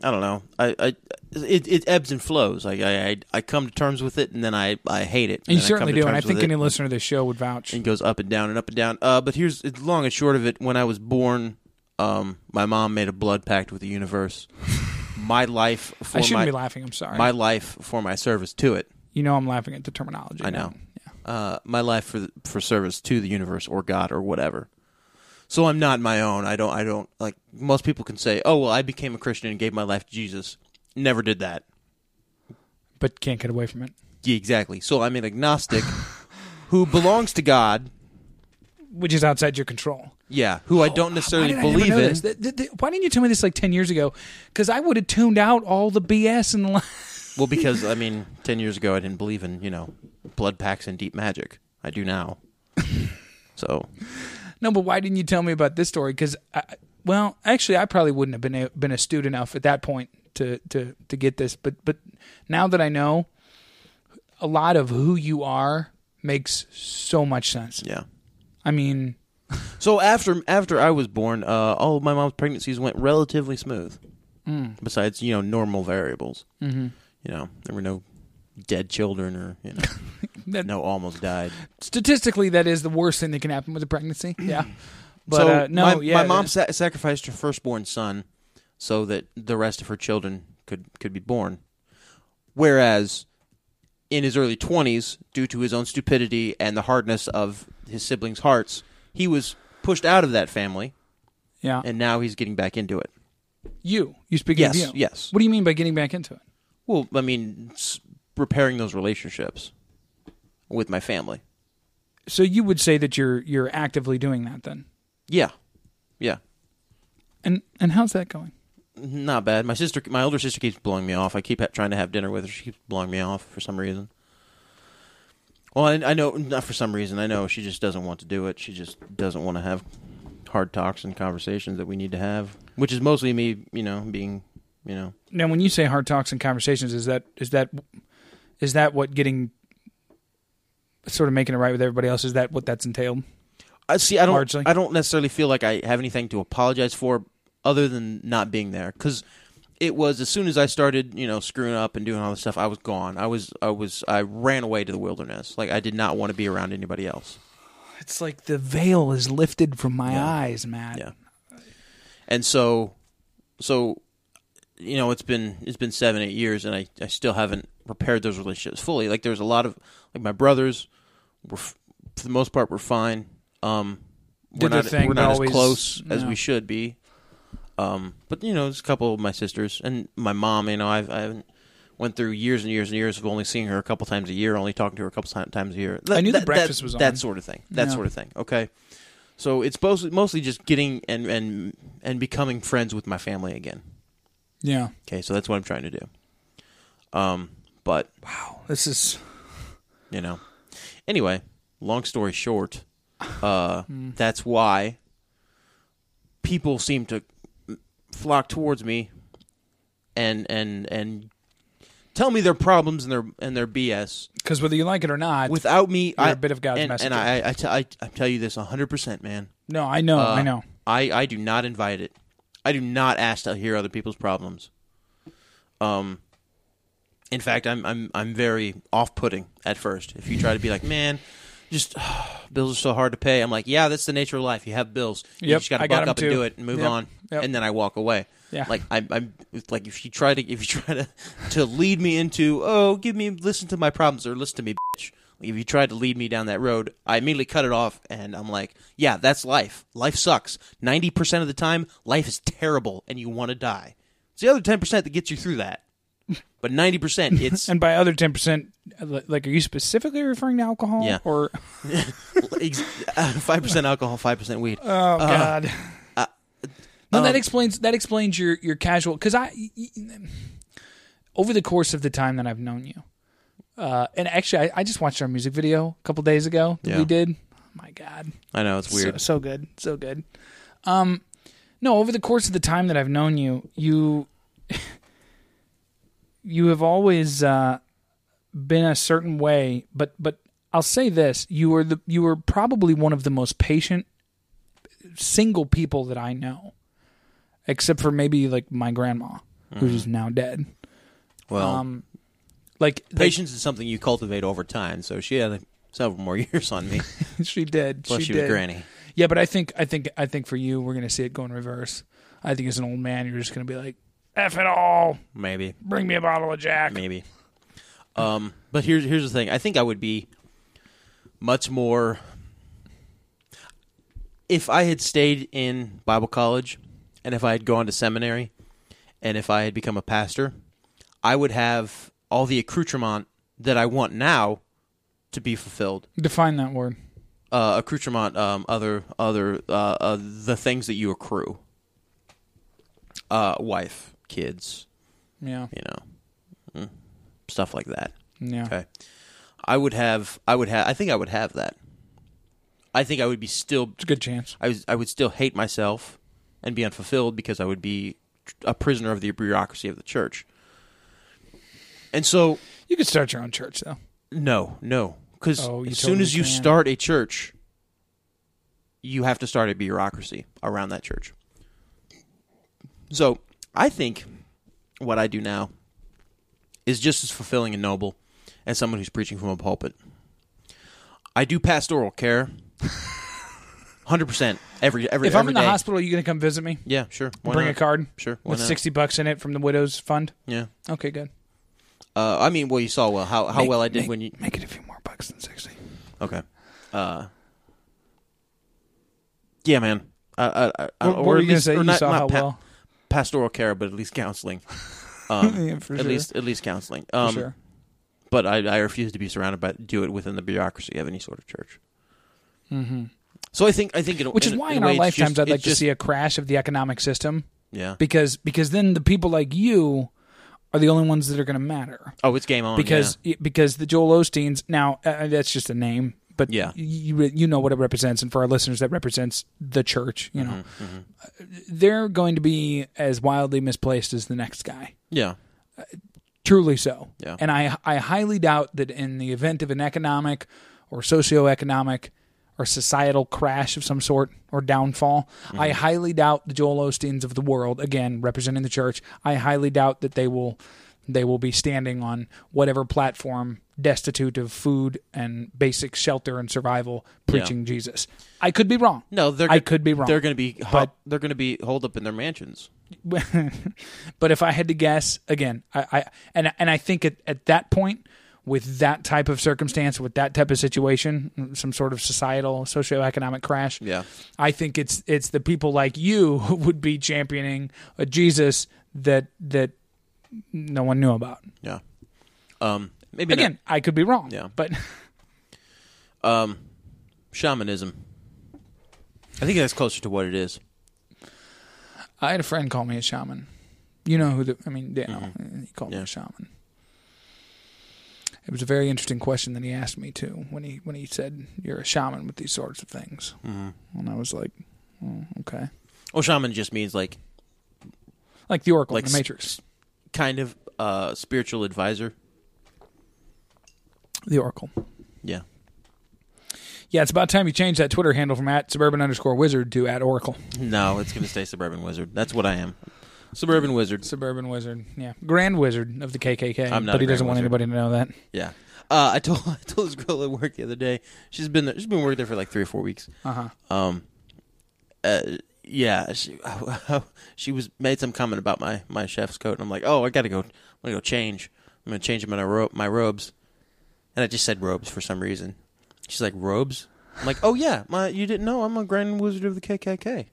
Speaker 2: I don't know. I, I it, it ebbs and flows. Like I, I I come to terms with it, and then I I hate it.
Speaker 1: And you
Speaker 2: then I
Speaker 1: certainly
Speaker 2: come to
Speaker 1: do. And I
Speaker 2: terms with
Speaker 1: think
Speaker 2: it.
Speaker 1: any listener to this show would vouch.
Speaker 2: and goes up and down and up and down. Uh, but here's it's long and short of it. When I was born, um, my mom made a blood pact with the universe. my life for
Speaker 1: I shouldn't
Speaker 2: my
Speaker 1: be laughing. I'm sorry.
Speaker 2: my life for my service to it.
Speaker 1: you know, I'm laughing at the terminology.
Speaker 2: I know. Uh, my life for the- for service to the universe or God or whatever. So I'm not my own. I don't. I don't like most people can say. Oh well, I became a Christian and gave my life to Jesus. Never did that.
Speaker 1: But can't get away from it.
Speaker 2: Yeah, exactly. So I'm an agnostic who belongs to God.
Speaker 1: Which is outside your control.
Speaker 2: Yeah, who I don't necessarily
Speaker 1: Why did I never
Speaker 2: believe
Speaker 1: know
Speaker 2: in.
Speaker 1: this? Th- th- th- why didn't you tell me this like 10 years ago? Because I would have tuned out all the BS and. li-
Speaker 2: Well, because I mean, ten years ago I didn't believe in you know blood packs and deep magic. I do now. So
Speaker 1: No, but why didn't you tell me about this story? Because, well, actually, I probably wouldn't have been a, been astute enough at that point to, to, to get this. But but now that I know, a lot of who you are makes so much sense.
Speaker 2: yeah.
Speaker 1: I mean,
Speaker 2: So after after I was born, uh, all of my mom's pregnancies went relatively smooth. Besides, you know, normal variables. Mm-hmm. You know, there were no dead children or you know,
Speaker 1: That-
Speaker 2: no almost died.
Speaker 1: statistically, that is the worst thing that can happen with a pregnancy. Yeah. But
Speaker 2: so
Speaker 1: uh, no,
Speaker 2: my,
Speaker 1: yeah,
Speaker 2: my mom
Speaker 1: the-
Speaker 2: sa- sacrificed her firstborn son so that the rest of her children could could be born. Whereas in his early twenties, due to his own stupidity and the hardness of his siblings' hearts, he was pushed out of that family,
Speaker 1: yeah,
Speaker 2: and now he's getting back into it.
Speaker 1: you, you speak
Speaker 2: Yes,
Speaker 1: of you.
Speaker 2: yes.
Speaker 1: What do you mean by getting back into it?
Speaker 2: Well, I mean, s- repairing those relationships with my family.
Speaker 1: So you would say that you're you're actively doing that then,
Speaker 2: Yeah, yeah,
Speaker 1: and and how's that going?
Speaker 2: not bad. My sister, my older sister, keeps blowing me off. I keep ha- trying to have dinner with her. She keeps blowing me off for some reason. Well, I, I know not for some reason. I know she just doesn't want to do it. She just doesn't want to have hard talks and conversations that we need to have, which is mostly me, you know, being, you know,
Speaker 1: Now, when you say hard talks and conversations, is that is that is that what getting sort of making it right with everybody else? Is that what that's entailed?
Speaker 2: I see. I don't.
Speaker 1: Largely.
Speaker 2: I don't necessarily feel like I have anything to apologize for, other than not being there. Because it was as soon as I started, you know, screwing up and doing all this stuff, I was gone. I was. I was. I ran away to the wilderness. Like I did not want to be around anybody else.
Speaker 1: It's like the veil is lifted from my eyes, Matt.
Speaker 2: Yeah. And so, so, you know, it's been it's been seven eight years, and I I still haven't repaired those relationships fully. Like there's a lot of like my brothers were f- for the most part were fine. Um, we're
Speaker 1: Did their
Speaker 2: not
Speaker 1: thing,
Speaker 2: we're not
Speaker 1: but
Speaker 2: as
Speaker 1: always-
Speaker 2: close as
Speaker 1: no.
Speaker 2: we should be. Um, but you know, there's a couple of my sisters and my mom. You know, I've I haven't went through years and years and years of only seeing her a couple times a year, only talking to her a couple ti- times a year.
Speaker 1: I knew the
Speaker 2: that-
Speaker 1: breakfast
Speaker 2: that,
Speaker 1: was on.
Speaker 2: that sort of thing. That
Speaker 1: Yeah.
Speaker 2: sort of thing. Okay. So it's mostly mostly just getting and and and becoming friends with my family again.
Speaker 1: Yeah.
Speaker 2: Okay, so that's what I'm trying to do. Um, but
Speaker 1: This is
Speaker 2: you know, anyway, long story short, uh,
Speaker 1: Hmm.
Speaker 2: that's why people seem to flock towards me and and and tell me their problems and their and their BS
Speaker 1: because whether you like it or not,
Speaker 2: without me.
Speaker 1: You're
Speaker 2: I-
Speaker 1: a bit of God's
Speaker 2: and, and
Speaker 1: messenger.
Speaker 2: I I, t- I I tell you this 100 percent, man.
Speaker 1: no, I know,
Speaker 2: Uh,
Speaker 1: I know.
Speaker 2: I, I do not invite it. I do not ask to hear other people's problems. Um, in fact, I'm I'm I'm very off-putting at first. If you try to be like, man, just bills are so hard to pay. I'm like, yeah, that's the nature of life. You have bills. You
Speaker 1: Yep,
Speaker 2: just gotta
Speaker 1: I got
Speaker 2: buck
Speaker 1: 'em
Speaker 2: up
Speaker 1: too.
Speaker 2: and do it and move
Speaker 1: Yep,
Speaker 2: on.
Speaker 1: yep.
Speaker 2: And then I walk away.
Speaker 1: Yeah.
Speaker 2: Like I'm, I'm it's like if you try to if you try to to lead me into oh give me listen to my problems or listen to me bitch. Like, if you try to lead me down that road, I immediately cut it off and I'm like, yeah, that's life. Life sucks. Ninety percent of the time, life is terrible and you want to die. It's the other ten percent that gets you through that. But ninety percent, it's
Speaker 1: And by other ten percent, like, are you specifically referring to alcohol?
Speaker 2: Yeah.
Speaker 1: Or
Speaker 2: uh, five percent alcohol, five percent weed.
Speaker 1: Oh God. no, that explains that explains your your casual because I y- y- over the course of the time that I've known you, uh, and actually I, I just watched our music video a couple days ago that
Speaker 2: Yeah.
Speaker 1: we did. Oh my God,
Speaker 2: I know it's
Speaker 1: so,
Speaker 2: weird.
Speaker 1: so good, so good. Um, No, over the course of the time that I've known you, you you have always uh, been a certain way, but but I'll say this: you were the you were probably one of the most patient single people that I know, except for maybe like my grandma,
Speaker 2: Mm-hmm.
Speaker 1: who's now dead.
Speaker 2: Well,
Speaker 1: Um, like like,
Speaker 2: patience is something you cultivate over time. So she had several more years on me.
Speaker 1: she did.
Speaker 2: Plus, she,
Speaker 1: she
Speaker 2: was
Speaker 1: did.
Speaker 2: granny.
Speaker 1: Yeah, but I think I think I think for you, we're gonna see it go in reverse. I think as an old man, you're just gonna be like, "F it all,
Speaker 2: Maybe,
Speaker 1: bring me a bottle of Jack."
Speaker 2: maybe. Um, but here's here's the thing. I think I would be much more if I had stayed in Bible college, and if I had gone to seminary, and if I had become a pastor, I would have all the accoutrement that I want now to be fulfilled.
Speaker 1: Define that word.
Speaker 2: uh, accoutrement, um, other other uh, uh, the things that you accrue, uh, wife, kids,
Speaker 1: Yeah,
Speaker 2: you know, mm, stuff like that.
Speaker 1: yeah.
Speaker 2: Okay, I would have, I would have, I think I would have that. I think I would be still,
Speaker 1: It's a good chance.
Speaker 2: I was, I would still hate myself and be unfulfilled because I would be a prisoner of the bureaucracy of the church. And so,
Speaker 1: You could start your own church though.
Speaker 2: no, no. Because
Speaker 1: Oh, you
Speaker 2: as soon
Speaker 1: totally
Speaker 2: as you
Speaker 1: can.
Speaker 2: start a church, you have to start a bureaucracy around that church. So I think what I do now is just as fulfilling and noble as someone who's preaching from a pulpit. I do pastoral care, hundred percent every every.
Speaker 1: If I'm
Speaker 2: every
Speaker 1: in the
Speaker 2: day.
Speaker 1: hospital, you gonna come visit me?
Speaker 2: yeah, sure. Why
Speaker 1: bring
Speaker 2: not?
Speaker 1: a card
Speaker 2: Sure, why
Speaker 1: with
Speaker 2: not?
Speaker 1: sixty bucks in it from the widows fund.
Speaker 2: Yeah,
Speaker 1: Okay, good.
Speaker 2: uh, I mean, well, you saw well how how
Speaker 1: Make-
Speaker 2: well I did
Speaker 1: make-
Speaker 2: when you
Speaker 1: make it a few more bucks than sixty.
Speaker 2: Okay. Uh, yeah, man. I, I, I, I-
Speaker 1: What- what
Speaker 2: Uh, or
Speaker 1: were
Speaker 2: at
Speaker 1: you gonna
Speaker 2: least-
Speaker 1: say?
Speaker 2: or
Speaker 1: You
Speaker 2: not,
Speaker 1: saw
Speaker 2: not
Speaker 1: how well?
Speaker 2: pastoral care, but at least counseling. Um,
Speaker 1: Yeah, for
Speaker 2: at
Speaker 1: sure.
Speaker 2: least, at least counseling.
Speaker 1: For
Speaker 2: Um,
Speaker 1: sure.
Speaker 2: But I, I refuse to be surrounded by do it within the bureaucracy of any sort of church. Mm-hmm. So I think I think in, a-
Speaker 1: Which is
Speaker 2: a-
Speaker 1: why
Speaker 2: in,
Speaker 1: in
Speaker 2: a
Speaker 1: our
Speaker 2: way it's
Speaker 1: lifetimes
Speaker 2: just-
Speaker 1: I'd like
Speaker 2: it's
Speaker 1: to
Speaker 2: just-
Speaker 1: see a crash of the economic system
Speaker 2: yeah.
Speaker 1: because because then the people like you are the only ones that are going to matter.
Speaker 2: oh, it's game on
Speaker 1: because
Speaker 2: yeah.
Speaker 1: it- because the Joel Osteens now uh, that's just a name, but
Speaker 2: Yeah.
Speaker 1: you you know what it represents, and for our listeners, that represents the church.
Speaker 2: Mm-hmm,
Speaker 1: You know, Uh, they're going to be as wildly misplaced as the next guy.
Speaker 2: yeah.
Speaker 1: Truly so.
Speaker 2: Yeah.
Speaker 1: And I I highly doubt that in the event of an economic or socioeconomic or societal crash of some sort or downfall,
Speaker 2: Mm-hmm.
Speaker 1: I highly doubt the Joel Osteens of the world, again representing the church, I highly doubt that they will they will be standing on whatever platform destitute of food and basic shelter and survival preaching Jesus. I could be wrong.
Speaker 2: No, they're
Speaker 1: I
Speaker 2: go-
Speaker 1: could be wrong.
Speaker 2: They're going to be ho-
Speaker 1: but-
Speaker 2: they're going to be holed up in their mansions.
Speaker 1: but if I had to guess, again, I, I and and I think at, at that point, with that type of circumstance, with that type of situation, some sort of societal, socioeconomic crash,
Speaker 2: Yeah.
Speaker 1: I think it's it's the people like you who would be championing a Jesus that that no one knew about.
Speaker 2: Yeah. Um. Maybe not-
Speaker 1: Again, I could be wrong.
Speaker 2: Yeah.
Speaker 1: But
Speaker 2: Um, shamanism. I think that's closer to what it is.
Speaker 1: I had a friend call me a shaman. You know who the I mean, Daniel. He called
Speaker 2: Mm-hmm.
Speaker 1: me
Speaker 2: Yeah.
Speaker 1: a shaman. It was a very interesting question that he asked me too when he when he said you're a shaman with these sorts of things,
Speaker 2: Mm-hmm.
Speaker 1: and I was like, oh, okay,
Speaker 2: Well, shaman just means like
Speaker 1: like the Oracle,
Speaker 2: Like
Speaker 1: like the
Speaker 2: s-
Speaker 1: Matrix,
Speaker 2: kind of uh spiritual advisor.
Speaker 1: the Oracle.
Speaker 2: Yeah.
Speaker 1: Yeah, it's about time you change that Twitter handle from at suburban underscore wizard to at Oracle.
Speaker 2: No, it's gonna stay suburban wizard. That's what I am. Suburban wizard.
Speaker 1: Suburban wizard, yeah, Grand Wizard of the KKK.
Speaker 2: I'm not a
Speaker 1: but he doesn't
Speaker 2: Grand
Speaker 1: want
Speaker 2: Wizard.
Speaker 1: anybody to know that.
Speaker 2: Yeah. Uh, I told I told this girl at work the other day. She's been there, she's been working there for like three or four weeks.
Speaker 1: Uh-huh.
Speaker 2: Um. Uh. Yeah. She she was made some comment about my my chef's coat, and I'm like, oh, I gotta go. I'm gonna go change. I'm gonna change my ro- my robes, and I just said robes for some reason. She's like robes. I'm like, oh yeah, my you didn't know I'm a Grand Wizard of the KKK.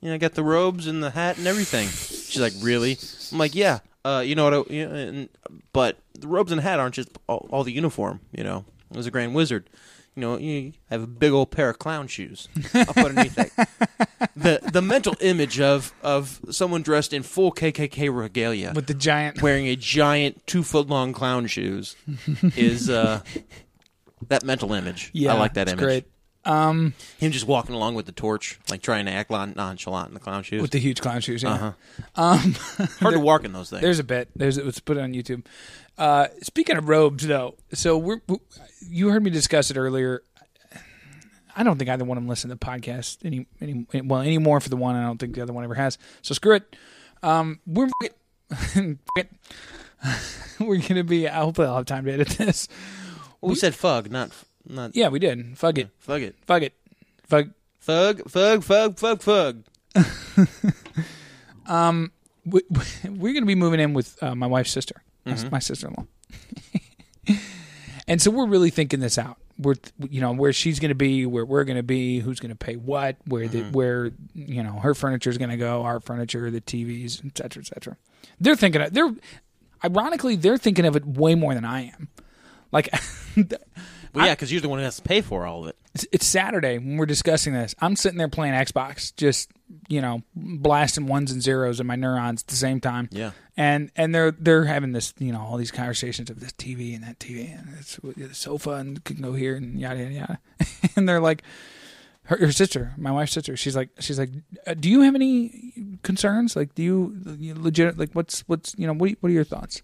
Speaker 2: You know, I got the robes and the hat and everything. She's like, really? I'm like, yeah. Uh, you know what? I, you know, and, but the robes and hat aren't just all, all the uniform. You know, I was a grand wizard. You know, you have a big old pair of clown shoes up underneath that. The the mental image of of someone dressed in full KKK regalia
Speaker 1: With the giant,
Speaker 2: wearing a giant two foot long clown shoes is uh, that mental image.
Speaker 1: yeah,
Speaker 2: I like that
Speaker 1: it's
Speaker 2: image.
Speaker 1: Great. Um,
Speaker 2: Him just walking along with the torch, like trying to act lon- nonchalant in the clown shoes.
Speaker 1: with the huge clown shoes. Yeah.
Speaker 2: Uh-huh. Hard to walk in those things.
Speaker 1: There's a bit. There's let's put it on YouTube. Uh, speaking of robes, though, so we're w- you heard me discuss it earlier. I don't think either one of them listen to the podcast any any well any more for the one. I don't think the other one ever has. So screw it. Um, we're f- it. we're gonna be. I hope I'll have time to edit this.
Speaker 2: we said fug, not f- not
Speaker 1: Yeah, we did. Fuck it.
Speaker 2: fug it.
Speaker 1: Fuck it. Fuck.
Speaker 2: Fug, fug, fug, fug, fug.
Speaker 1: we, we're going to be moving in with uh, my wife's sister, my- my sister-in-law, and so we're really thinking this out. We're you know where she's going to be, where we're going to be, who's going to pay what, where the where you know her furniture is going to go, our furniture, the TVs, et cetera, et cetera. They're thinking of, they're ironically they're thinking of it way more than I am. Like
Speaker 2: Well, yeah, because you're the one who has to pay for all of it.
Speaker 1: it's- it's Saturday when we're discussing this. I'm sitting there playing Xbox, just you know, blasting ones and zeros in my neurons at the same time.
Speaker 2: Yeah.
Speaker 1: and and they're they're having this, you know, all these conversations of this TV and that TV and it's the sofa and can go here and yada yada yada. and they're like, her, her sister, my wife's sister, she's like, she's like, uh, do you have any concerns? Like, do you, you legit like what's what's you know what are- what are your thoughts?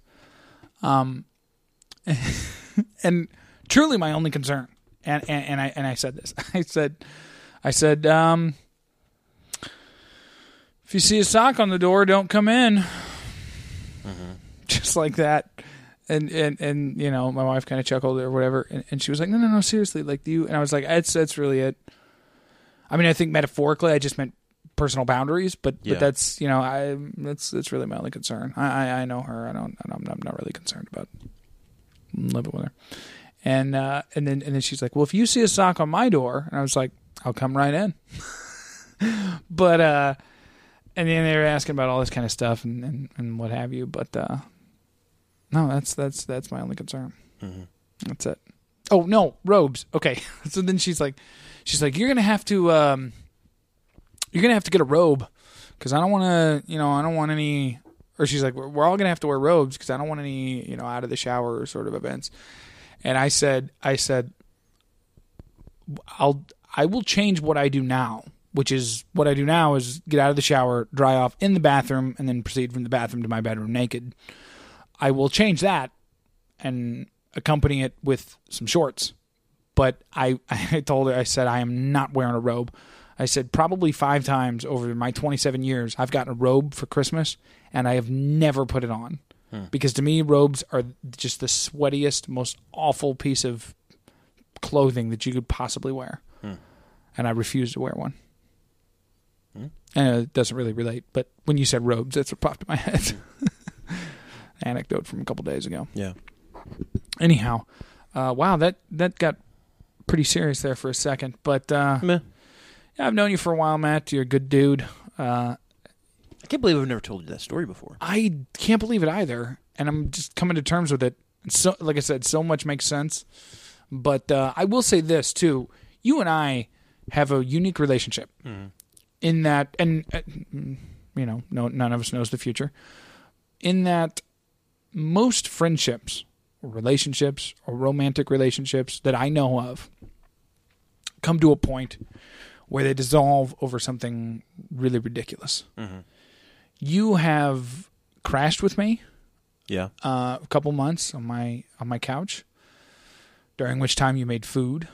Speaker 1: Um, and truly my only concern and, and and i and i said this i said i said um if you see a sock on the door don't come in just like that and and and you know my wife kind of chuckled or whatever and, and she was like no no no seriously like do you and i was like that's that's really it i mean i think metaphorically i just meant personal boundaries but
Speaker 2: Yeah.
Speaker 1: but that's you know i that's that's really my only concern i i, I know her i don't i'm I'm not really concerned about living with her and uh, and then and then she's like, "Well, if you see a sock on my door," and I was like, "I'll come right in." but uh, and then they were asking about all this kind of stuff and and, and what have you. But uh, no, that's that's that's my only concern. That's it. Oh no, robes. Okay, so then she's like, she's like, "You're gonna have to um, you're gonna have to get a robe because I don't want to, you know, I don't want any." Or she's like, "We're we're all gonna have to wear robes because I don't want any, you know, out of the shower sort of events." and I said, I said, I'll, I will change what I do now, which is what I do now is get out of the shower, dry off in the bathroom, and then proceed from the bathroom to my bedroom naked. I will change that and accompany it with some shorts. But I, I told her, I said, I am not wearing a robe. I said, probably five times over my 27 years, I've gotten a robe for Christmas and I have never put it on. Because to me, robes are just the sweatiest, most awful piece of clothing that you could possibly wear. And I refuse to wear one. And it doesn't really relate, but when you said robes, that's what popped in my head. Anecdote from a couple days ago
Speaker 2: Yeah.
Speaker 1: anyhow uh, wow that that got pretty serious there for a second but uh,
Speaker 2: Meh.
Speaker 1: yeah, i've known you for a while matt you're a good dude uh,
Speaker 2: I can't believe I've never told you that story before.
Speaker 1: i can't believe it either and i'm just coming to terms with it so like i said so much makes sense but uh, i will say this too you and i have a unique relationship in that and uh, mm, you know no, none of us knows the future in that most friendships or relationships or romantic relationships that I know of come to a point where they dissolve over something really ridiculous. You have crashed with me
Speaker 2: Yeah.
Speaker 1: uh, a couple months on my on my couch, during which time you made food.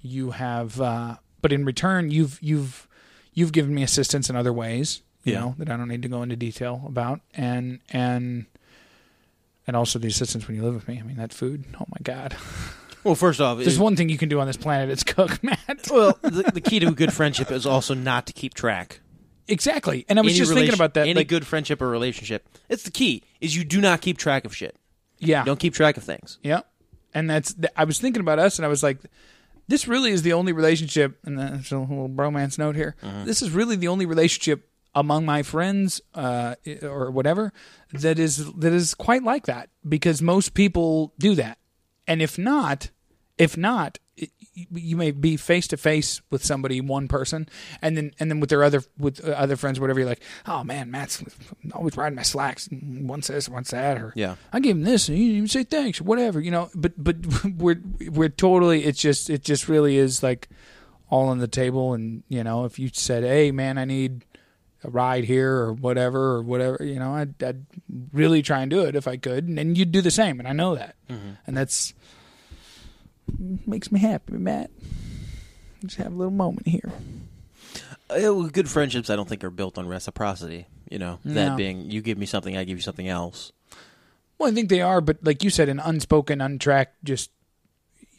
Speaker 1: You have, uh, but in return, you've you've you've given me assistance in other ways, you
Speaker 2: Yeah.
Speaker 1: know, that I don't need to go into detail about, and and and also the assistance when you live with me. I mean, that food. Oh my God,
Speaker 2: Well, first off,
Speaker 1: there's
Speaker 2: it-
Speaker 1: one thing you can do on this planet. It's cook, Matt.
Speaker 2: well, the, the key to a good friendship is also not to keep track.
Speaker 1: exactly. And I was just thinking
Speaker 2: relation-
Speaker 1: about that.
Speaker 2: Any
Speaker 1: like,
Speaker 2: good friendship or relationship, it's the key is you do not keep track of shit.
Speaker 1: yeah.
Speaker 2: You don't keep track of things.
Speaker 1: Yeah. And that's, th- I was thinking about us and I was like, this really is the only relationship, and that's a little bromance note here. This is really the only relationship among my friends uh, i- or whatever that is that is quite like that because most people do that. And if not, if not, it, you- you may be face to face with somebody, one person, and then and then with their other with uh, other friends, whatever. You're like, oh man, Matt's always riding my slacks. and Once this, once that, or
Speaker 2: Yeah.
Speaker 1: I gave him this, and he didn't even say thanks, or whatever, you know. But but we're we're totally. It's just it just really is like all on the table. And you know, if you said, "Hey, man, I need a ride here or whatever or whatever," you know, I'd, I'd really try and do it if I could, and, and you'd do the same. And I know that, and that's makes me happy, Matt. Just have a little moment here.
Speaker 2: Uh, well, good friendships, I don't think, are built on reciprocity. You know,
Speaker 1: No.
Speaker 2: that being you give me something, I give you something else.
Speaker 1: Well, I think they are, but like you said, an unspoken, untracked, just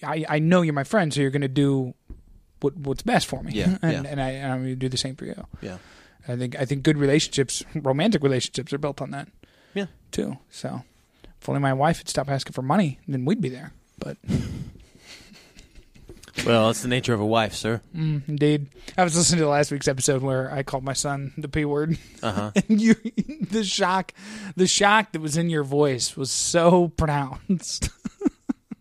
Speaker 1: I, I know you're my friend, so you're going to do what what's best for me.
Speaker 2: Yeah,
Speaker 1: and,
Speaker 2: yeah.
Speaker 1: and I and I'm going to do the same for you.
Speaker 2: Yeah,
Speaker 1: I think I think good relationships, romantic relationships, are built on that
Speaker 2: yeah.
Speaker 1: too. So, if only my wife had stopped asking for money, then we'd be there. But
Speaker 2: Well, that's the nature of a wife, sir.
Speaker 1: hmm, indeed, I was listening to last week's episode where I called my son the p word.
Speaker 2: Uh huh.
Speaker 1: and you the shock the shock that was in your voice was so pronounced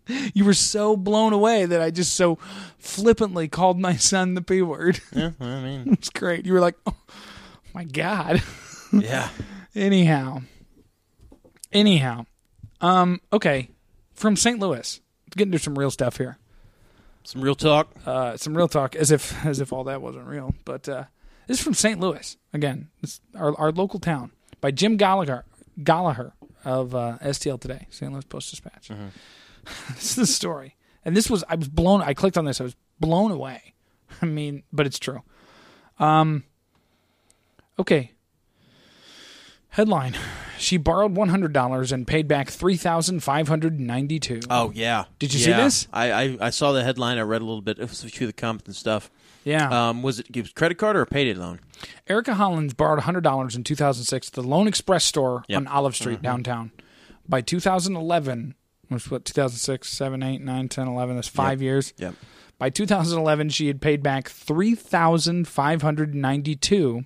Speaker 1: you were so blown away that i just so flippantly called my son the p word
Speaker 2: yeah, I mean,
Speaker 1: it's great you were like oh my god
Speaker 2: yeah.
Speaker 1: anyhow anyhow um okay from st louis getting to some real stuff here
Speaker 2: Some real talk.
Speaker 1: uh, some real talk, as if as if all that wasn't real. But uh, this is from St. Louis again, this, our our local town, by Jim Gallagher Gallagher of uh, STL Today, St. Louis Post Dispatch. this is the story, and this was I was blown. I clicked on this, I was blown away. I mean, but it's true. Um. Okay. Headline: She borrowed one hundred dollars and paid back three thousand five hundred ninety-two.
Speaker 2: Oh yeah.
Speaker 1: Did you see
Speaker 2: Yeah.
Speaker 1: this?
Speaker 2: I, I I saw the headline. I read a little bit. It was a few of the comments and stuff.
Speaker 1: yeah.
Speaker 2: Um, was it it was credit card or a payday loan?
Speaker 1: Erica Hollins borrowed $100 in 2006 at the Lone Express store on Olive Street
Speaker 2: Mm-hmm.
Speaker 1: downtown. By 2011, which was what, 2006, 7, 8, 9, 10, 11, that's five years.
Speaker 2: Yep.
Speaker 1: By 2011, she had paid back $3,592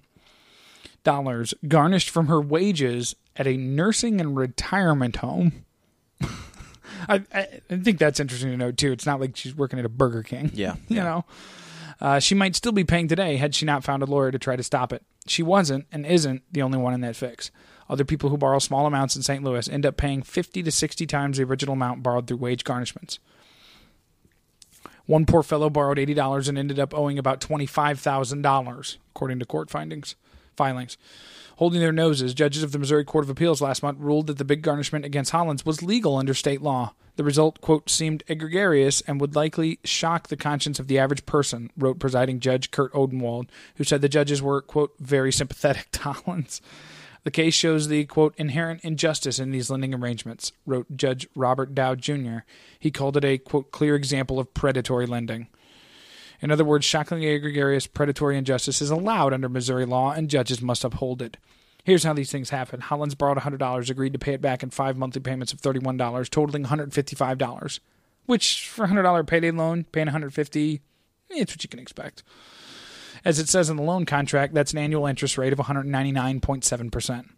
Speaker 1: garnished from her wages at a nursing and retirement home. I, I I think that's interesting to note, too. It's not like she's working at a Burger King.
Speaker 2: Yeah.
Speaker 1: You know? Uh, she might still be paying today had she not found a lawyer to try to stop it. She wasn't and isn't the only one in that fix. Other people who borrow small amounts in St. Louis end up paying 50 to 60 times the original amount borrowed through wage garnishments. One poor fellow borrowed $80 and ended up owing about $25,000, according to court findings, filings. Holding their noses, judges of the Missouri Court of Appeals last month ruled that the big garnishment against Hollins was legal under state law. The result, quote, seemed egregious and would likely shock the conscience of the average person, wrote presiding judge Kurt Odenwald, who said the judges were, quote, very sympathetic to Hollins. The case shows the, quote, inherent injustice in these lending arrangements, wrote Judge Robert Dow Jr. He called it a, quote, clear example of predatory lending. In other words, shockingly egregious predatory injustice is allowed under Missouri law, and judges must uphold it. Here's how these things happen. Hollins borrowed $100, agreed to pay it back in five monthly payments of $31, totaling $155, which for a $100 payday loan, paying $150, it's what you can expect. As it says in the loan contract, that's an annual interest rate of 199.7%.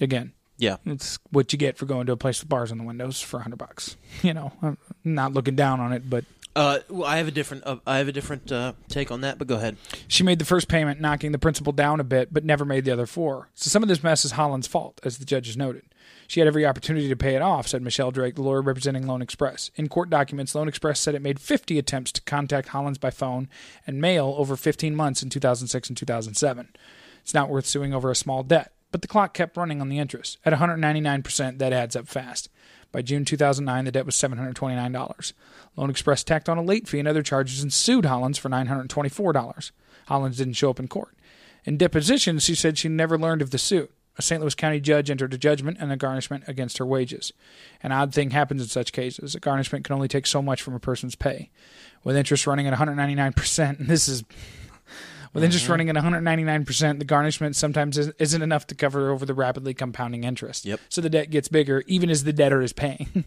Speaker 1: Again,
Speaker 2: Yeah.
Speaker 1: it's what you get for going to a place with bars on the windows for 100 bucks. You know, I'm not looking down on it, but
Speaker 2: Uh, well, I have a different uh, I have a different uh, take on that, but go ahead.
Speaker 1: She made the first payment, knocking the principal down a bit, but never made the other four. So some of this mess is Holland's fault, as the judges noted. She had every opportunity to pay it off, said Michelle Drake, the lawyer representing Loan Express. In court documents, Loan Express said it made 50 attempts to contact Hollins by phone and mail over 15 months in 2006 and 2007. It's not worth suing over a small debt, but the clock kept running on the interest. At 199%, that adds up fast. By June 2009, the debt was $729. Loan Express tacked on a late fee and other charges and sued Hollins for $924. Hollins didn't show up in court. In deposition, she said she never learned of the suit. A St. Louis County judge entered a judgment and a garnishment against her wages. An odd thing happens in such cases. A garnishment can only take so much from a person's pay. With interest running at 199%, and this is with interest running at 199%, the garnishment sometimes is- isn't enough to cover over the rapidly compounding interest.
Speaker 2: Yep.
Speaker 1: So the debt gets bigger even as the debtor is paying.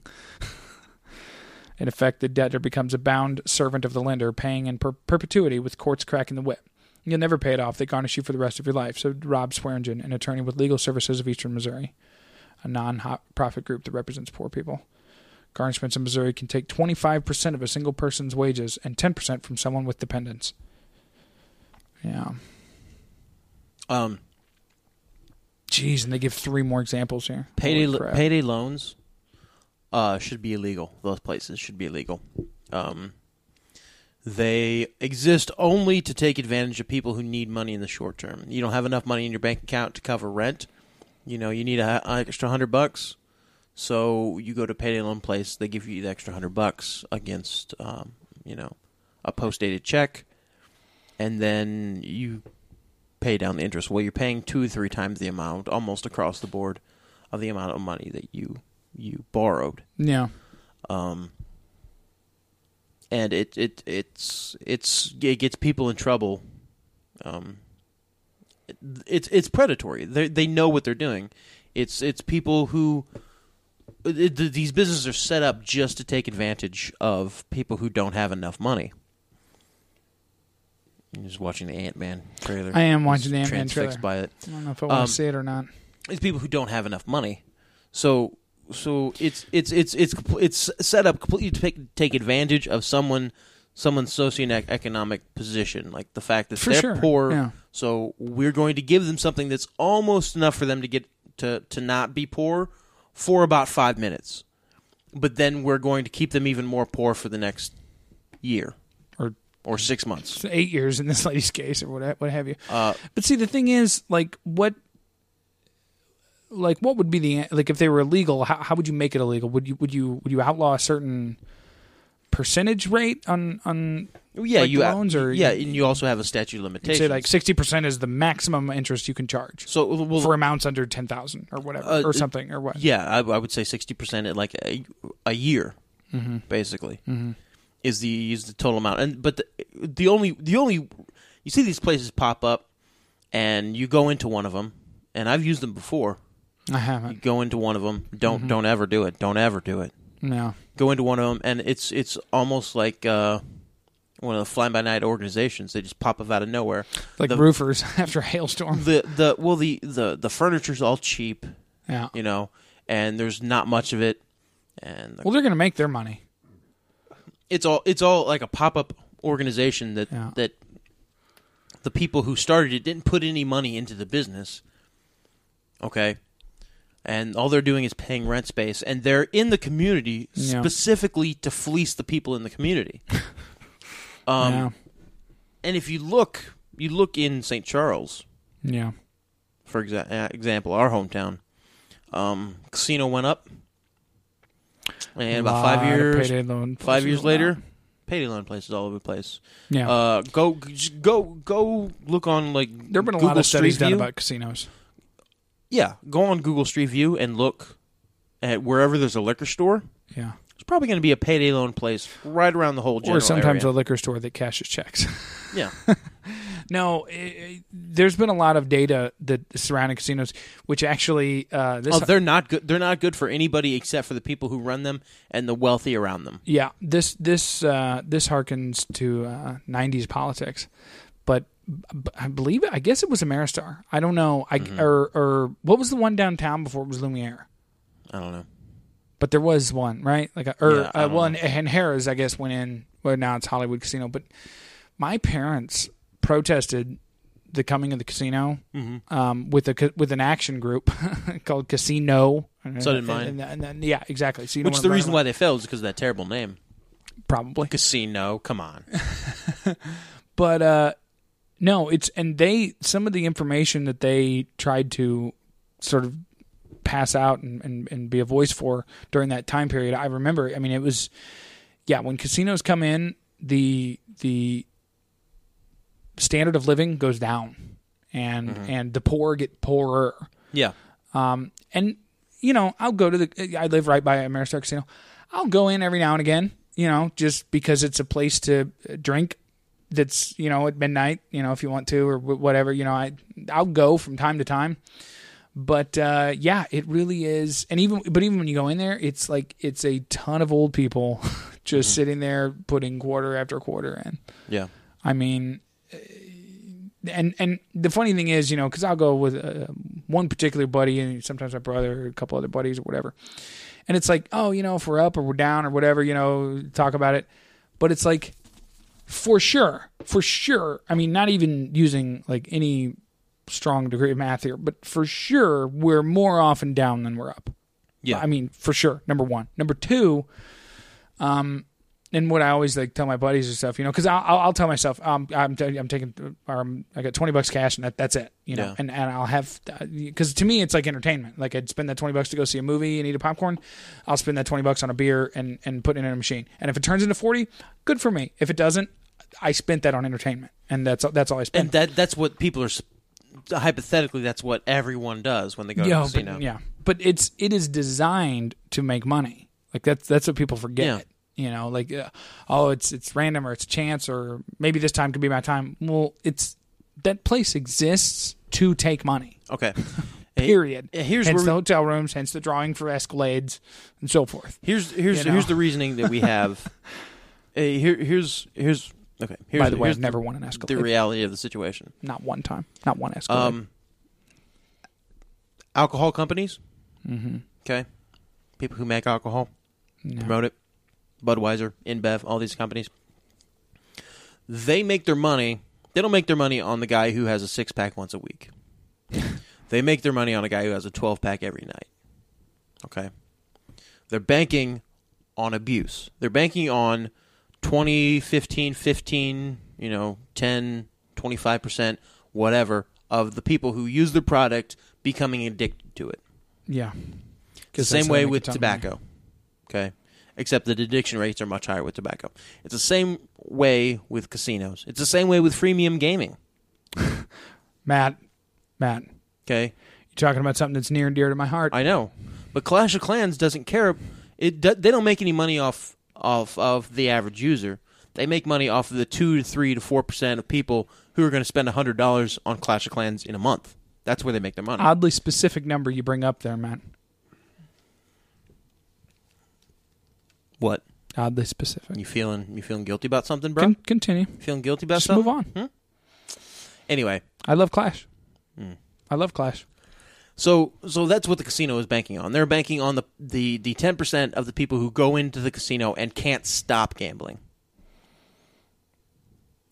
Speaker 1: in effect, the debtor becomes a bound servant of the lender, paying in per- perpetuity with courts cracking the whip. You'll never pay it off. They garnish you for the rest of your life, said Rob Swearingen, an attorney with Legal Services of Eastern Missouri, a non-profit group that represents poor people. Garnishments in Missouri can take 25% of a single person's wages and 10% from someone with dependents. Yeah.
Speaker 2: Um,
Speaker 1: Jeez, and they give three more examples here.
Speaker 2: payday
Speaker 1: Holy crap.
Speaker 2: payday loans uh, should be illegal. Those places should be illegal. Um, They exist only to take advantage of people who need money in the short term. You don't have enough money in your bank account to cover rent. You know, you need a, an extra hundred bucks. So you go to payday loan place. They give you the extra hundred bucks against, um, you know, a post dated check, and then you pay down the interest. Well, you're paying two or three times the amount, almost across the board, of the amount of money that you you borrowed.
Speaker 1: Yeah.
Speaker 2: Um, and it it it's it's it gets people in trouble. Um, it- it's it's predatory. They they know what they're doing. It's it's people who it, th- these businesses are set up just to take advantage of people who don't have enough money. I'm just watching the Ant Man trailer.
Speaker 1: I am watching the
Speaker 2: Just
Speaker 1: Ant-Man trailer.
Speaker 2: Transfixed by it
Speaker 1: I don't know if I want
Speaker 2: Um,
Speaker 1: to see it or not.
Speaker 2: it's people who don't have enough money. So so it's it's it's it's compl- it's set up completely to take, take advantage of someone someone's socioeconomic position, like the fact that
Speaker 1: For
Speaker 2: they're
Speaker 1: sure,
Speaker 2: poor.
Speaker 1: yeah.
Speaker 2: So we're going to give them something that's almost enough for them to get to to not be poor for about 5 minutes. But then we're going to keep them even more poor for the next year
Speaker 1: Or
Speaker 2: or 6 months.
Speaker 1: it's eight years in this lady's case or what, ha- what have you.
Speaker 2: Uh,
Speaker 1: but see, the thing is, like, what, like, what would be the like if they were illegal? How, how would you make it illegal? Would you would you would you outlaw a certain percentage rate on on
Speaker 2: Well, Yeah,
Speaker 1: like
Speaker 2: you
Speaker 1: loans or
Speaker 2: yeah, and you also have a statute of limitations.
Speaker 1: say like sixty percent is the maximum interest you can charge
Speaker 2: so well,
Speaker 1: for amounts under ten thousand or whatever
Speaker 2: Uh,
Speaker 1: or something or what?
Speaker 2: Yeah, I, I would say sixty percent at like a, a year, basically, is the is the total amount. And but the, the only the only you see these places pop up, and you go into one of them, and I've used them before.
Speaker 1: I
Speaker 2: You
Speaker 1: haven't.
Speaker 2: go into one of them. Don't don't ever do it. Don't ever do it.
Speaker 1: No,
Speaker 2: Go into one of them, and it's it's almost like uh, one of the fly by night organizations. They just pop up out of nowhere.
Speaker 1: like
Speaker 2: the,
Speaker 1: roofers after a hailstorm.
Speaker 2: the the well the the the furniture's all cheap,
Speaker 1: yeah.
Speaker 2: you know, and there's not much of it. And the
Speaker 1: Well, they're gonna make their money.
Speaker 2: it's all it's all like a pop up organization that
Speaker 1: Yeah.
Speaker 2: that the people who started it didn't put any money into the business. Okay. And all they're doing is paying rent space and they're in the community
Speaker 1: Yeah.
Speaker 2: specifically to fleece the people in the community. um
Speaker 1: Yeah.
Speaker 2: and if you look you look in St. Charles,
Speaker 1: Yeah.
Speaker 2: for exa- uh, example, our hometown. Um casino went up and about 5
Speaker 1: Lot of
Speaker 2: years
Speaker 1: payday loan
Speaker 2: five
Speaker 1: places
Speaker 2: years
Speaker 1: around.
Speaker 2: later, payday loan places all over the place.
Speaker 1: Yeah.
Speaker 2: Uh, go just go go look on like
Speaker 1: There have been a
Speaker 2: Google
Speaker 1: lot of studies
Speaker 2: Street
Speaker 1: done
Speaker 2: View.
Speaker 1: about casinos.
Speaker 2: yeah. Go on Google Street View and look at wherever there's a liquor store.
Speaker 1: Yeah.
Speaker 2: There's probably going to be a payday loan place right around the whole general
Speaker 1: Or sometimes a
Speaker 2: area.
Speaker 1: liquor store that cashes checks.
Speaker 2: yeah.
Speaker 1: no, i i there's been a lot of data that surrounding casinos, which actually uh, this
Speaker 2: Oh, they're not good. They're not good for anybody except for the people who run them and the wealthy around them.
Speaker 1: yeah this this uh, this harkens to uh, '90s politics, but b- I believe I guess it was Ameristar. I don't know. I
Speaker 2: Mm-hmm.
Speaker 1: or or what was the one downtown before it was Lumiere?
Speaker 2: I don't know.
Speaker 1: but there was one, right? Like, a, or
Speaker 2: Yeah, I
Speaker 1: uh,
Speaker 2: don't
Speaker 1: well, and, and Harrah's, I guess, went in. Well, now it's Hollywood Casino. But my parents protested the coming of the casino
Speaker 2: Mm-hmm.
Speaker 1: um, with a ca- with an action group called Casino.
Speaker 2: So did mine.
Speaker 1: And, and, and- yeah, exactly. So you know
Speaker 2: Which
Speaker 1: what
Speaker 2: the
Speaker 1: I'm
Speaker 2: reason
Speaker 1: talking
Speaker 2: why they failed is because of that terrible name,
Speaker 1: about. probably,
Speaker 2: casino. Come on.
Speaker 1: but uh, no, it's and they some of the information that they tried to sort of pass out and, and, and be a voice for during that time period. I remember. I mean, it was yeah when casinos come in, the the standard of living goes down, and and the poor get poorer.
Speaker 2: Yeah.
Speaker 1: Um, and you know, I'll go to the. I live right by Ameristar Casino. I'll go in every now and again. You know, just because it's a place to uh, drink. That's you know at midnight. You know if you want to or wh- whatever. You know I I'll go from time to time. But uh, yeah, it really is. And even but even when you go in there, it's like it's a ton of old people just sitting there putting quarter after quarter in.
Speaker 2: Yeah.
Speaker 1: I mean, uh, and and the funny thing is, you know, because I'll go with uh, one particular buddy and sometimes my brother or a couple other buddies or whatever, and it's like, oh, you know, if we're up or we're down or whatever, you know, talk about it. But it's like, for sure, for sure. I mean, not even using like any strong degree of math here, but for sure, we're more often down than we're up.
Speaker 2: Yeah.
Speaker 1: I mean, for sure. Number one. Number two, um, and what I always like tell my buddies and stuff, you know, because I'll, I'll, I'll tell myself, um, I'm, t- I'm taking, or I'm, I got 20 bucks cash and that, that's it, you know,
Speaker 2: Yeah.
Speaker 1: and, and I'll have, because to me, it's like entertainment. Like I'd spend that 20 bucks to go see a movie and eat a popcorn. I'll spend that 20 bucks on a beer and, and put it in a machine. And if it turns into 40, good for me. If it doesn't, I spent that on entertainment and that's, that's all I spent.
Speaker 2: and that that's what people are s- hypothetically that's what everyone does when they go to
Speaker 1: yeah,
Speaker 2: the casino.
Speaker 1: but, yeah, but it's, it is designed to make money. Like that's, that's what people forget.
Speaker 2: Yeah.
Speaker 1: you know like uh, oh it's it's random or it's chance or maybe this time could be my time well it's that place exists to take money
Speaker 2: Okay.
Speaker 1: period
Speaker 2: And here's
Speaker 1: hence
Speaker 2: where we-
Speaker 1: the hotel rooms hence the drawing for escalades and so forth
Speaker 2: Here's here's
Speaker 1: You know?
Speaker 2: here's the reasoning that we have. Uh, here here's here's okay. Here's,
Speaker 1: by the way
Speaker 2: here's
Speaker 1: i've never won an escalade
Speaker 2: the reality of the situation.
Speaker 1: not one time not one escalade
Speaker 2: Um, alcohol companies. Mm-hmm. Okay, people who make alcohol promote it. Budweiser, InBev, all these companies. They make their money. They don't make their money on the guy who has a six pack once a week. they make their money on a guy who has a twelve pack every night. Okay, they're banking on abuse. They're banking on 20, 15, 15, you know, 10, 25%, whatever, of the people who use the product becoming addicted to it.
Speaker 1: yeah
Speaker 2: The
Speaker 1: 'Cause that's
Speaker 2: same
Speaker 1: how
Speaker 2: way
Speaker 1: they make
Speaker 2: with
Speaker 1: a ton of
Speaker 2: tobacco. Okay. Except that addiction rates are much higher with tobacco. It's the same way with casinos. It's the same way with freemium gaming.
Speaker 1: matt matt you're
Speaker 2: Okay.
Speaker 1: talking about something that's near and dear to my heart
Speaker 2: I know, but Clash of Clans doesn't care. It do, they don't make any money off off of the average user. They make money off of the two to three to four percent of people who are going to spend hundred dollars on Clash of Clans in a month. That's where they make their money.
Speaker 1: oddly specific number you bring up there matt
Speaker 2: what
Speaker 1: oddly specific
Speaker 2: you feeling? You feeling guilty about something, bro?
Speaker 1: Con- continue
Speaker 2: You feeling guilty about
Speaker 1: just
Speaker 2: something?
Speaker 1: move on
Speaker 2: Anyway,
Speaker 1: i love clash
Speaker 2: Hmm.
Speaker 1: i love clash
Speaker 2: So so that's what the casino is banking on. They're banking on the the the ten percent of the people who go into the casino and can't stop gambling,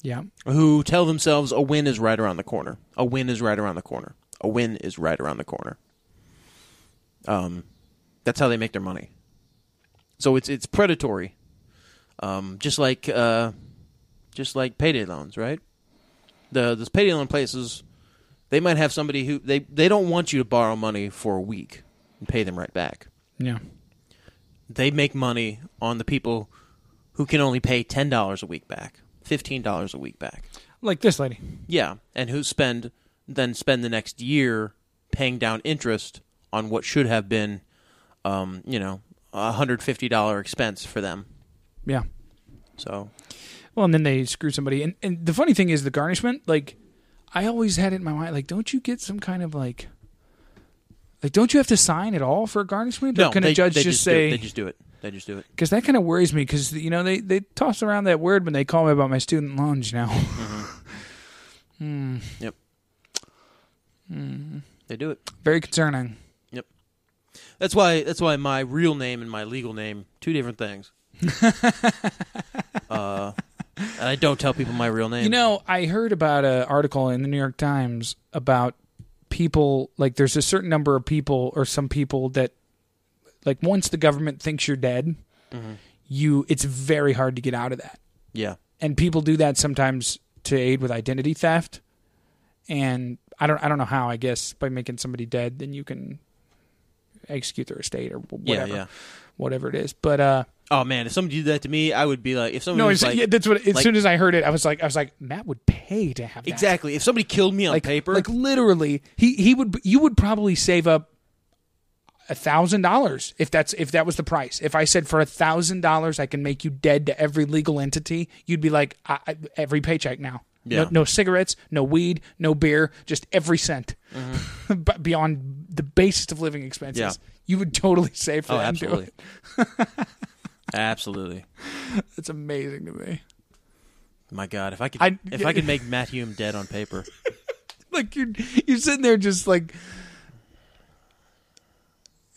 Speaker 1: yeah
Speaker 2: who tell themselves a win is right around the corner. A win is right around the corner. A win is right around the corner. Um, that's how they make their money. So it's it's predatory, um, just like uh, just like payday loans, right? The those payday loan places, they might have somebody who they they don't want you to borrow money for a week and pay them right back.
Speaker 1: yeah
Speaker 2: They make money on the people who can only pay ten dollars a week back, fifteen dollars a week back.
Speaker 1: like this lady
Speaker 2: Yeah, and who spend then spend the next year paying down interest on what should have been, um, you know, a hundred fifty dollar expense for them.
Speaker 1: Yeah.
Speaker 2: So
Speaker 1: Well, and then they screw somebody. And, and the funny thing is the garnishment, like, I always had it in my mind, like, don't you get some kind of like, like, don't you have to sign at all for a garnishment?
Speaker 2: no,
Speaker 1: or can
Speaker 2: they,
Speaker 1: a judge
Speaker 2: they
Speaker 1: just,
Speaker 2: do it.
Speaker 1: say,
Speaker 2: they just do it? They just do it.
Speaker 1: because that kind of worries me because, you know, they, they toss around that word when they call me about my student loans, you know?
Speaker 2: Yep. They do it.
Speaker 1: Very concerning.
Speaker 2: That's why. That's why my real name and my legal name two different things. uh, and I don't tell people my real name.
Speaker 1: You know, I heard about an article in the New York Times about people like there's a certain number of people or some people that like once the government thinks you're dead,
Speaker 2: Mm-hmm.
Speaker 1: you it's very hard to get out of that.
Speaker 2: Yeah.
Speaker 1: And people do that sometimes to aid with identity theft. And I don't I don't know how, I guess by making somebody dead then you can execute their estate or wh-
Speaker 2: Yeah.
Speaker 1: whatever.
Speaker 2: Yeah.
Speaker 1: Whatever it is. But uh
Speaker 2: Oh man, if somebody did that to me, I would be like, if somebody
Speaker 1: no,
Speaker 2: was
Speaker 1: it's,
Speaker 2: like,
Speaker 1: yeah, that's what as
Speaker 2: like-
Speaker 1: soon as I heard it I was like I was like Matt would pay to have that.
Speaker 2: exactly. If somebody killed me on
Speaker 1: like
Speaker 2: paper,
Speaker 1: Like literally, he he would you would probably save up a thousand dollars if that's if that was the price. If I said for a thousand dollars I can make you dead to every legal entity, you'd be like I, I, every paycheck now.
Speaker 2: Yeah.
Speaker 1: No, no cigarettes, no weed, no beer, just every cent. but beyond the basis of living expenses,
Speaker 2: Mm-hmm. Yeah.
Speaker 1: you would totally save for
Speaker 2: oh,
Speaker 1: that. and do
Speaker 2: absolutely,
Speaker 1: it.
Speaker 2: absolutely.
Speaker 1: That's amazing to me.
Speaker 2: My God, if I could,
Speaker 1: I-
Speaker 2: if I could make Matt Hume dead on paper,
Speaker 1: Like you're you're sitting there just like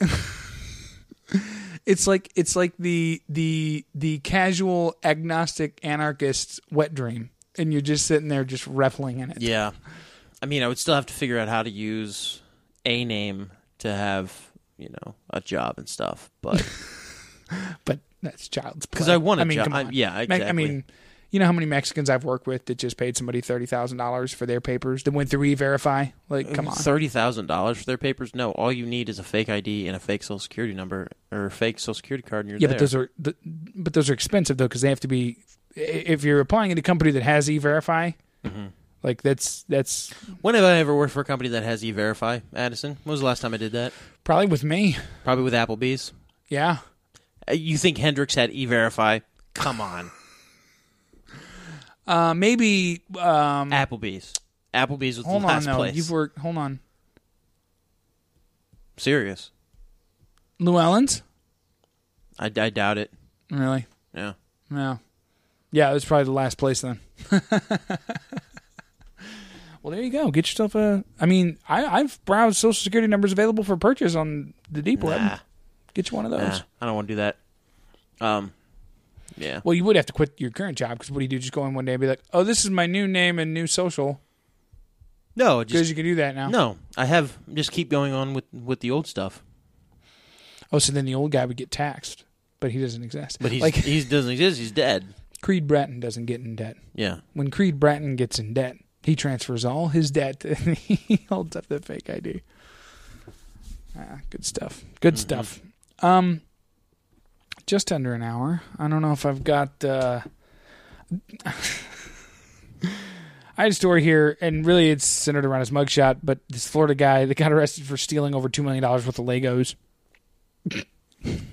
Speaker 1: It's like it's like the the the casual agnostic anarchist's wet dream. And you're just sitting there just reveling in it.
Speaker 2: yeah. I mean, I would still have to figure out how to use a name to have you know a job and stuff, but
Speaker 1: but that's child's play.
Speaker 2: 'Cause I want a
Speaker 1: I mean,
Speaker 2: job.
Speaker 1: come
Speaker 2: I-
Speaker 1: on.
Speaker 2: yeah,
Speaker 1: Me- I
Speaker 2: exactly.
Speaker 1: mean, you know how many Mexicans I've worked with that just paid somebody thirty thousand dollars for their papers that went through e-verify. Like, come on.
Speaker 2: Thirty thousand dollars for their papers? No, all you need is a fake ID and a fake Social Security number or a fake Social Security card, and you're there.
Speaker 1: Yeah, but those are th- but those are expensive though because they have to be. i- If you're applying at a company that has e-verify,
Speaker 2: Mm-hmm.
Speaker 1: like that's that's
Speaker 2: when have I ever worked for a company that has E-Verify, Addison? When was the last time I did that?
Speaker 1: probably with me.
Speaker 2: Probably with Applebee's.
Speaker 1: Yeah,
Speaker 2: Uh, You think Hendrix had E-Verify? Come on,
Speaker 1: uh, maybe. Um,
Speaker 2: Applebee's. Applebee's was
Speaker 1: hold
Speaker 2: the
Speaker 1: on
Speaker 2: last
Speaker 1: though.
Speaker 2: place.
Speaker 1: You've worked. Hold on,
Speaker 2: Serious?
Speaker 1: Llewellyn's.
Speaker 2: I, I doubt it.
Speaker 1: Really?
Speaker 2: Yeah.
Speaker 1: No. Yeah, it was probably the last place then. well, there you go. Get yourself a. I mean, I, I've browsed social security numbers available for purchase on the deep
Speaker 2: Nah.
Speaker 1: web. Get you one of those.
Speaker 2: Nah, I don't want to do that. Um, yeah.
Speaker 1: Well, you would have to quit your current job because what do you do? Just go in one day and be like, "Oh, this is my new name and new social,"
Speaker 2: No,
Speaker 1: because
Speaker 2: just
Speaker 1: you can do that now.
Speaker 2: no. I have just keep going on with with the old stuff.
Speaker 1: Oh, so then the old guy would get taxed, but he doesn't exist.
Speaker 2: But he's
Speaker 1: like
Speaker 2: he doesn't exist. He's dead.
Speaker 1: Creed Bratton doesn't get in debt.
Speaker 2: Yeah.
Speaker 1: When Creed Bratton gets in debt, he transfers all his debt and he holds up the fake ID. Ah, good stuff. Good stuff. Um, just under an hour. I don't know if I've got. Uh, I had a story here, and really it's centered around his mugshot, but this Florida guy that got arrested for stealing over $2 million worth of Legos.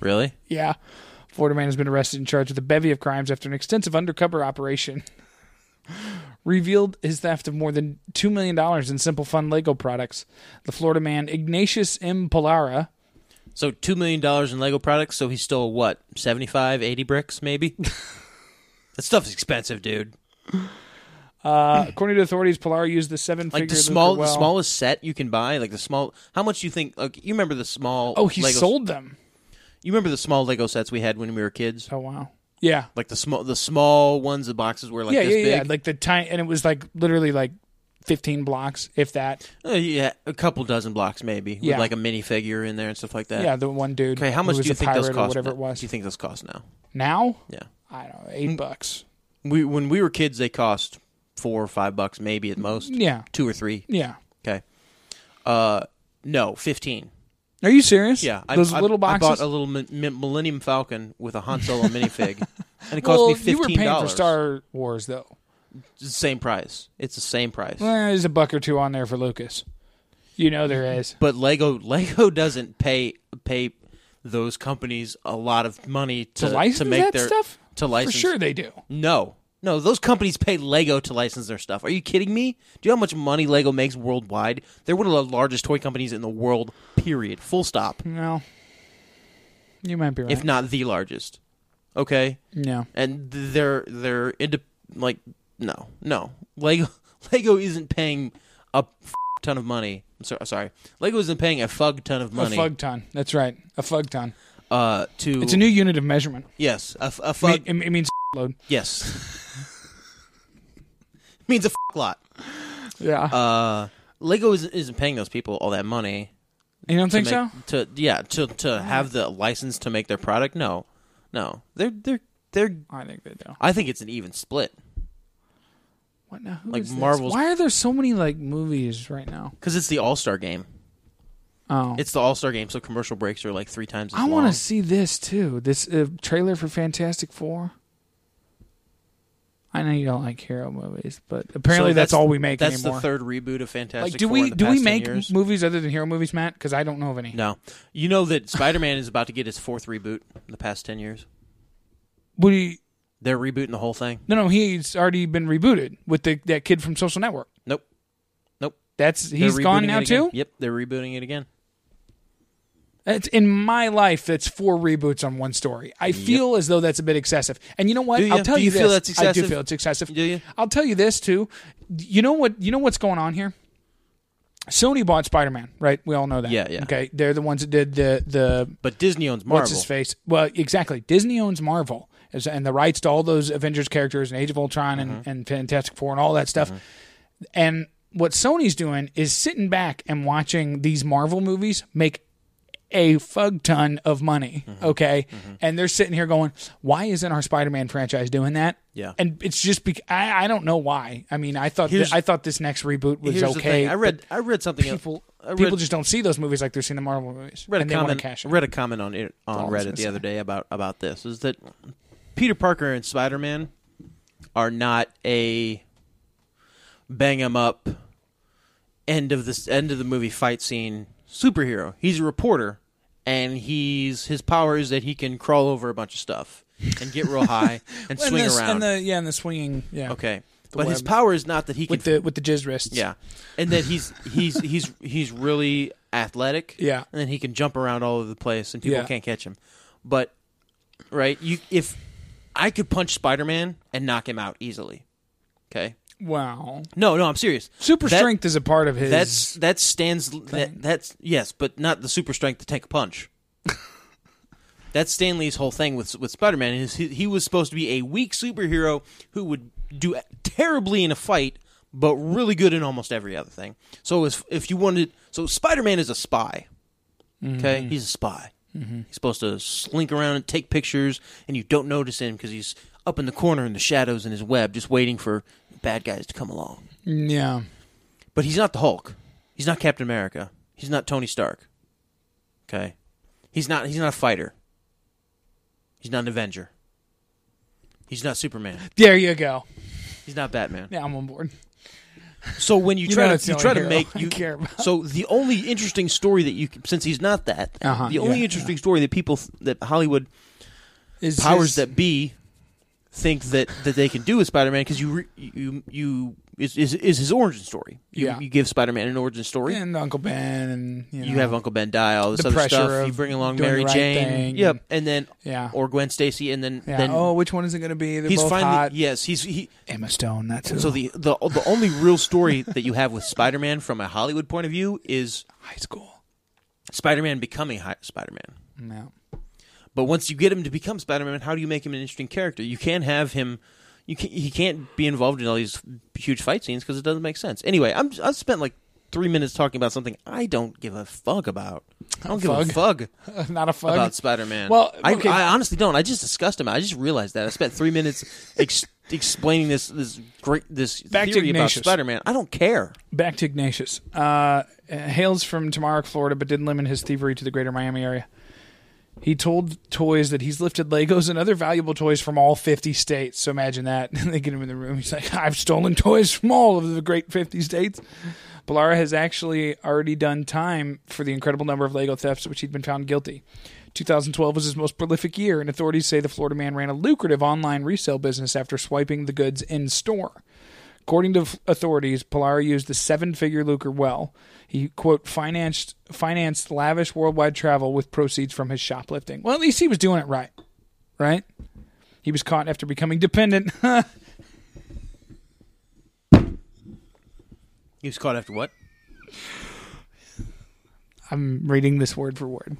Speaker 2: Really?
Speaker 1: Yeah. Florida man has been arrested and charged with a bevy of crimes after an extensive undercover operation revealed his theft of more than $2 million in simple fun Lego products. The Florida man, Ignatius M. Polara,
Speaker 2: So two million dollars in Lego products. So he stole what 75, 80 bricks, maybe. that stuff's expensive, dude.
Speaker 1: uh, according to authorities, Polara used the seven
Speaker 2: Like
Speaker 1: figure
Speaker 2: the small,
Speaker 1: well.
Speaker 2: the smallest set you can buy. Like the small. How much do you think? Like you remember the small?
Speaker 1: Oh, he
Speaker 2: Lego,
Speaker 1: sold them.
Speaker 2: You remember the small Lego sets we had when we were kids?
Speaker 1: Oh, wow. Yeah.
Speaker 2: Like the small, the small ones. The boxes were like
Speaker 1: yeah,
Speaker 2: this
Speaker 1: yeah,
Speaker 2: big.
Speaker 1: yeah. Like the time, and it was like literally like 15 blocks, if that.
Speaker 2: Uh, yeah, a couple dozen blocks maybe.
Speaker 1: Yeah.
Speaker 2: With like a minifigure in there and stuff like that.
Speaker 1: Yeah, the one dude.
Speaker 2: Okay, how
Speaker 1: who
Speaker 2: much
Speaker 1: was
Speaker 2: do you
Speaker 1: a
Speaker 2: think those
Speaker 1: pirate or
Speaker 2: cost?
Speaker 1: Whatever
Speaker 2: now?
Speaker 1: it was.
Speaker 2: Do you Mm. think those cost now?
Speaker 1: now?
Speaker 2: Yeah.
Speaker 1: I don't know, eight bucks.
Speaker 2: We when we were kids, they cost four or five bucks, maybe at most.
Speaker 1: Yeah.
Speaker 2: Two or three.
Speaker 1: Yeah.
Speaker 2: Okay. Uh, no, fifteen.
Speaker 1: Are you serious?
Speaker 2: Yeah,
Speaker 1: Those little boxes.
Speaker 2: I bought a little mi- mi- Millennium Falcon with a Han Solo minifig, and it cost
Speaker 1: well,
Speaker 2: me fifteen
Speaker 1: you were paying for
Speaker 2: dollars.
Speaker 1: Star Wars though.
Speaker 2: It's the same price. It's the same price.
Speaker 1: Eh, there's a buck or two on there for Lucas. You know there is.
Speaker 2: But Lego Lego doesn't pay pay those companies a lot of money to to
Speaker 1: license
Speaker 2: make
Speaker 1: that
Speaker 2: their
Speaker 1: stuff?
Speaker 2: to
Speaker 1: For
Speaker 2: license
Speaker 1: sure they do.
Speaker 2: No. No, those companies pay Lego to license their stuff. Are you kidding me? Do you know how much money Lego makes worldwide? They're one of the largest toy companies in the world, period. Full stop.
Speaker 1: No. You might be right.
Speaker 2: If not the largest. Okay?
Speaker 1: no.
Speaker 2: And th- they're they're into like no. No. Lego Lego isn't paying a f- ton of money. I'm so, sorry. Lego isn't paying a fug ton of money
Speaker 1: A fug ton. That's right. A fug ton.
Speaker 2: uh to
Speaker 1: It's a new unit of measurement.
Speaker 2: Yes, a, f- a fug
Speaker 1: I mean- It, it means load.
Speaker 2: Yes. Means a f- lot.
Speaker 1: Yeah.
Speaker 2: Uh, Lego isn't, isn't paying those people all that money.
Speaker 1: you don't
Speaker 2: to
Speaker 1: think so?
Speaker 2: make- To yeah, to to have the license to make their product. No, no, they're they're they're.
Speaker 1: I think they do.
Speaker 2: I think it's an even split
Speaker 1: What now? Who
Speaker 2: Like
Speaker 1: is this?
Speaker 2: Marvel's-
Speaker 1: Why are there so many like movies right now?
Speaker 2: because it's the All Star Game.
Speaker 1: Oh.
Speaker 2: It's the All Star Game, so commercial breaks are like three times. As
Speaker 1: I want
Speaker 2: long.
Speaker 1: to see this too. This uh, trailer for Fantastic Four. I know you don't like hero movies, but apparently
Speaker 2: So
Speaker 1: that's, all we make
Speaker 2: That's
Speaker 1: anymore.
Speaker 2: the third reboot of Fantastic.
Speaker 1: like, do
Speaker 2: Four
Speaker 1: we
Speaker 2: in the
Speaker 1: do
Speaker 2: past
Speaker 1: we
Speaker 2: 10
Speaker 1: make
Speaker 2: years.
Speaker 1: movies other than hero movies, Matt? Because I don't know of any.
Speaker 2: No, you know that Spider Man is about to get his fourth reboot in the past ten years.
Speaker 1: Would he?
Speaker 2: They're rebooting the whole thing.
Speaker 1: No, no, he's already been rebooted with the, that kid from Social Network.
Speaker 2: Nope, nope.
Speaker 1: That's
Speaker 2: They're
Speaker 1: he's gone
Speaker 2: rebooting
Speaker 1: now
Speaker 2: it again.
Speaker 1: too.
Speaker 2: Yep, they're rebooting it again.
Speaker 1: It's in my life. That's four reboots on one story. I feel as though that's a bit excessive. And you know what?
Speaker 2: Do ya?
Speaker 1: I'll tell
Speaker 2: Do
Speaker 1: you,
Speaker 2: you feel
Speaker 1: this.
Speaker 2: that's
Speaker 1: I do
Speaker 2: excessive?
Speaker 1: feel it's excessive.
Speaker 2: Do ya?
Speaker 1: I'll tell you this too. You know what? You know what's going on here. Sony bought Spider Man, right? We all know that.
Speaker 2: Yeah, yeah.
Speaker 1: Okay, they're the ones that did the the
Speaker 2: But Disney owns Marvel.
Speaker 1: what's his face? Well, exactly. Disney owns Marvel as- and the rights to all those Avengers characters and Age of Ultron and,
Speaker 2: Mm-hmm.
Speaker 1: and Fantastic Four and all that stuff. And what Sony's doing is sitting back and watching these Marvel movies make a fug ton of money,
Speaker 2: Mm-hmm.
Speaker 1: okay? And they're sitting here going, "Why isn't our Spider-Man franchise doing that?"
Speaker 2: Yeah.
Speaker 1: and it's just because I, I don't know why. I mean, I thought th-
Speaker 2: Here's-
Speaker 1: I thought this next reboot was
Speaker 2: Here's
Speaker 1: okay.
Speaker 2: the thing. I
Speaker 1: but
Speaker 2: read I read something else.
Speaker 1: people
Speaker 2: I read,
Speaker 1: people just don't see those movies like they're seeing the Marvel movies,
Speaker 2: read a
Speaker 1: and they want
Speaker 2: comment
Speaker 1: to cash in.
Speaker 2: read a comment on it
Speaker 1: all I
Speaker 2: on
Speaker 1: was
Speaker 2: Reddit
Speaker 1: gonna
Speaker 2: the
Speaker 1: say.
Speaker 2: other day about about this is that Peter Parker and Spider Man are not a bang 'em up end of this end of the movie fight scene superhero. He's a reporter and he's his power is that he can crawl over a bunch of stuff and get real high and
Speaker 1: And
Speaker 2: swing
Speaker 1: this-
Speaker 2: around.
Speaker 1: and the yeah, and the swinging yeah.
Speaker 2: okay. But his
Speaker 1: web.
Speaker 2: power is not that he
Speaker 1: with
Speaker 2: can
Speaker 1: the with the jizz wrists.
Speaker 2: yeah, and that he's he's he's he's really athletic.
Speaker 1: Yeah.
Speaker 2: and then he can jump around all over the place, and people
Speaker 1: Yeah.
Speaker 2: can't catch him. But right, you if I could punch Spider Man and knock him out easily. Okay,
Speaker 1: Wow.
Speaker 2: no, no, I'm serious.
Speaker 1: Super
Speaker 2: That-
Speaker 1: strength is a part of his.
Speaker 2: That's that stands that, that's yes, but not the super strength to take a punch. that's Stan Lee's whole thing with with Spider Man. Is he, he was supposed to be a weak superhero who would do terribly in a fight, but really good in almost every other thing. So if if you wanted, so Spider Man is a spy. Okay, he's a spy. He's supposed to slink around and take pictures, and you don't notice him because he's up in the corner in the shadows in his web, just waiting for bad guys to come along.
Speaker 1: yeah.
Speaker 2: But he's not the Hulk. He's not Captain America. He's not Tony Stark. Okay. He's not he's not a fighter. He's not an Avenger. He's not Superman.
Speaker 1: There you go.
Speaker 2: He's not Batman.
Speaker 1: Yeah, I'm on board.
Speaker 2: So when you
Speaker 1: You
Speaker 2: try
Speaker 1: know it's
Speaker 2: to
Speaker 1: the
Speaker 2: you try
Speaker 1: only
Speaker 2: to
Speaker 1: hero
Speaker 2: make
Speaker 1: I
Speaker 2: you
Speaker 1: care about.
Speaker 2: so the only interesting story that you c- since he's not that
Speaker 1: Uh-huh,
Speaker 2: the only
Speaker 1: yeah,
Speaker 2: interesting story that people th- that Hollywood
Speaker 1: Is
Speaker 2: powers
Speaker 1: his-
Speaker 2: that be think that that they can do with Spider-Man because you re- you you is, is is his origin story. You,
Speaker 1: Yeah.
Speaker 2: you give Spider-Man an origin story.
Speaker 1: and Uncle Ben and you, know,
Speaker 2: You have Uncle Ben die, all this
Speaker 1: the
Speaker 2: other
Speaker 1: pressure
Speaker 2: stuff. You
Speaker 1: of
Speaker 2: bring along
Speaker 1: doing the
Speaker 2: Mary
Speaker 1: right
Speaker 2: Jane,
Speaker 1: thing.
Speaker 2: yep, and then
Speaker 1: Yeah.
Speaker 2: or Gwen Stacy, and then
Speaker 1: yeah.
Speaker 2: then
Speaker 1: oh, which one is it going to be? They're
Speaker 2: he's
Speaker 1: both
Speaker 2: finally
Speaker 1: hot.
Speaker 2: yes, he's he.
Speaker 1: Emma Stone. That's who.
Speaker 2: So the the the only real story that you have with Spider Man from a Hollywood point of view is
Speaker 1: high school.
Speaker 2: Spider Man becoming hi- Spider Man.
Speaker 1: Yeah.
Speaker 2: But once you get him to become Spider Man, how do you make him an interesting character? You can't have him. You can, he can't be involved in all these huge fight scenes because it doesn't make sense. Anyway, I'm I spent like three minutes talking about something I don't give a fuck about. I don't give a fuck.
Speaker 1: Not a fuck.
Speaker 2: about Spider Man.
Speaker 1: Well,
Speaker 2: I,
Speaker 1: okay.
Speaker 2: I honestly don't. I just discussed him. I just realized that I spent three minutes ex- explaining this this great this
Speaker 1: Back to
Speaker 2: theory about
Speaker 1: Ignatius.
Speaker 2: Spider Man. I don't care.
Speaker 1: Back to Ignatius. Uh, hails from Tamarack, Florida, but didn't limit his thievery to the greater Miami area. He told toys that he's lifted Legos and other valuable toys from all 50 states. So imagine that. they get him in the room. He's like, I've stolen toys from all of the great 50 states. Ballara has actually already done time for the incredible number of Lego thefts which he'd been found guilty. 2012 was his most prolific year, and authorities say the Florida man ran a lucrative online resale business after swiping the goods in store. According to f- authorities, Pilar used the seven-figure lucre well. He quote financed financed lavish worldwide travel with proceeds from his shoplifting. Well, at least he was doing it right, right? He was caught after becoming dependent.
Speaker 2: He was caught after what?
Speaker 1: I'm reading this word for word.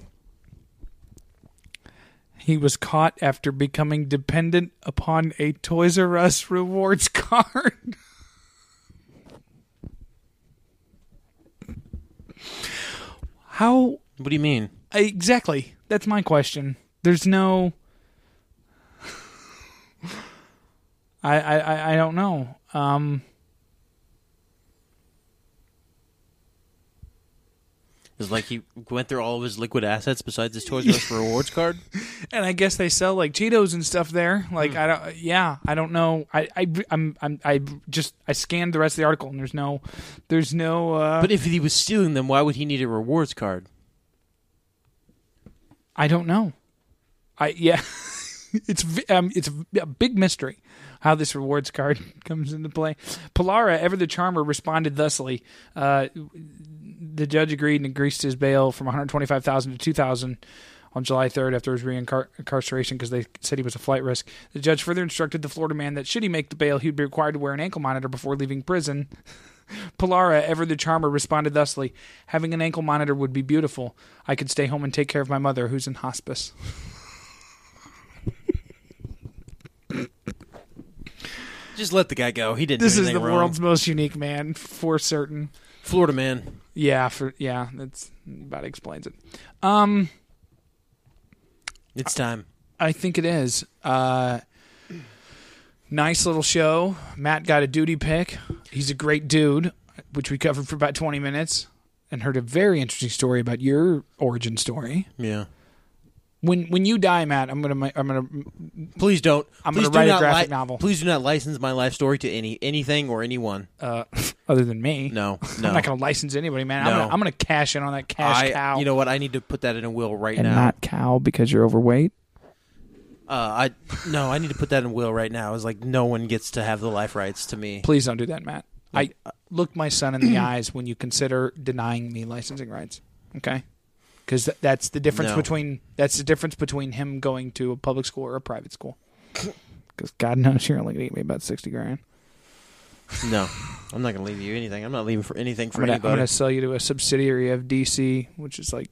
Speaker 1: He was caught after becoming dependent upon a Toys R Us rewards card. How
Speaker 2: What do you mean?
Speaker 1: exactly? That's my question. There's no. I I I- I don't know. Um,
Speaker 2: It's like he went through all of his liquid assets besides his Toys R Us rewards card.
Speaker 1: and I guess they sell like Cheetos and stuff there. Like I don't, yeah, I don't know. I, I, I'm, I'm, I just I scanned the rest of the article and there's no, there's no. Uh,
Speaker 2: But if he was stealing them, why would he need a rewards card?
Speaker 1: I don't know. I yeah, it's v- um, it's a big mystery how this rewards card comes into play. Polara, ever the charmer, responded thusly. Uh, the judge agreed and increased his bail from 125,000 to 2,000 on July 3rd after his reincarceration because they said he was a flight risk. The judge further instructed the Florida man that should he make the bail, he'd be required to wear an ankle monitor before leaving prison. Polara, ever the charmer, responded thusly Having an ankle monitor would be beautiful. I could stay home and take care of my mother, who's in hospice.
Speaker 2: Just let the guy go. He didn't
Speaker 1: This
Speaker 2: do
Speaker 1: is
Speaker 2: anything
Speaker 1: the
Speaker 2: wrong.
Speaker 1: world's most unique man for certain.
Speaker 2: Florida man.
Speaker 1: Yeah, for yeah, that's about explains it.
Speaker 2: It's time.
Speaker 1: I think it is. Uh, nice little show. Matt got a duty pick. He's a great dude, which we covered for about 20 minutes and heard a very interesting story about your origin story.
Speaker 2: Yeah.
Speaker 1: When when you die, Matt, I'm going to I'm going to
Speaker 2: Please don't.
Speaker 1: I'm
Speaker 2: Please
Speaker 1: gonna
Speaker 2: do
Speaker 1: write a
Speaker 2: not
Speaker 1: graphic novel.
Speaker 2: Please do not license my life story to any anything or anyone.
Speaker 1: other than me.
Speaker 2: No, no.
Speaker 1: Uh, I'm not going to license anybody, man.
Speaker 2: No.
Speaker 1: I'm gonna, I'm going to cash in on that cash
Speaker 2: I,
Speaker 1: cow.
Speaker 2: you know what? I need to put that in a will right
Speaker 1: and
Speaker 2: now.
Speaker 1: not cow because you're overweight.
Speaker 2: uh, I no, I need to put that in a will right now. It's like no one gets to have the life rights to me.
Speaker 1: Please don't do that, Matt. I look my son in the eyes when you consider denying me licensing rights. Okay, because th- that's the difference
Speaker 2: No.
Speaker 1: between that's the difference between him going to a public school or a private school. Because God knows you're only gonna get me about sixty grand.
Speaker 2: No, I'm not going to leave you anything. I'm not leaving for anything for
Speaker 1: I'm gonna, I'm
Speaker 2: anybody.
Speaker 1: gonna sell you to a subsidiary of DC, which is like,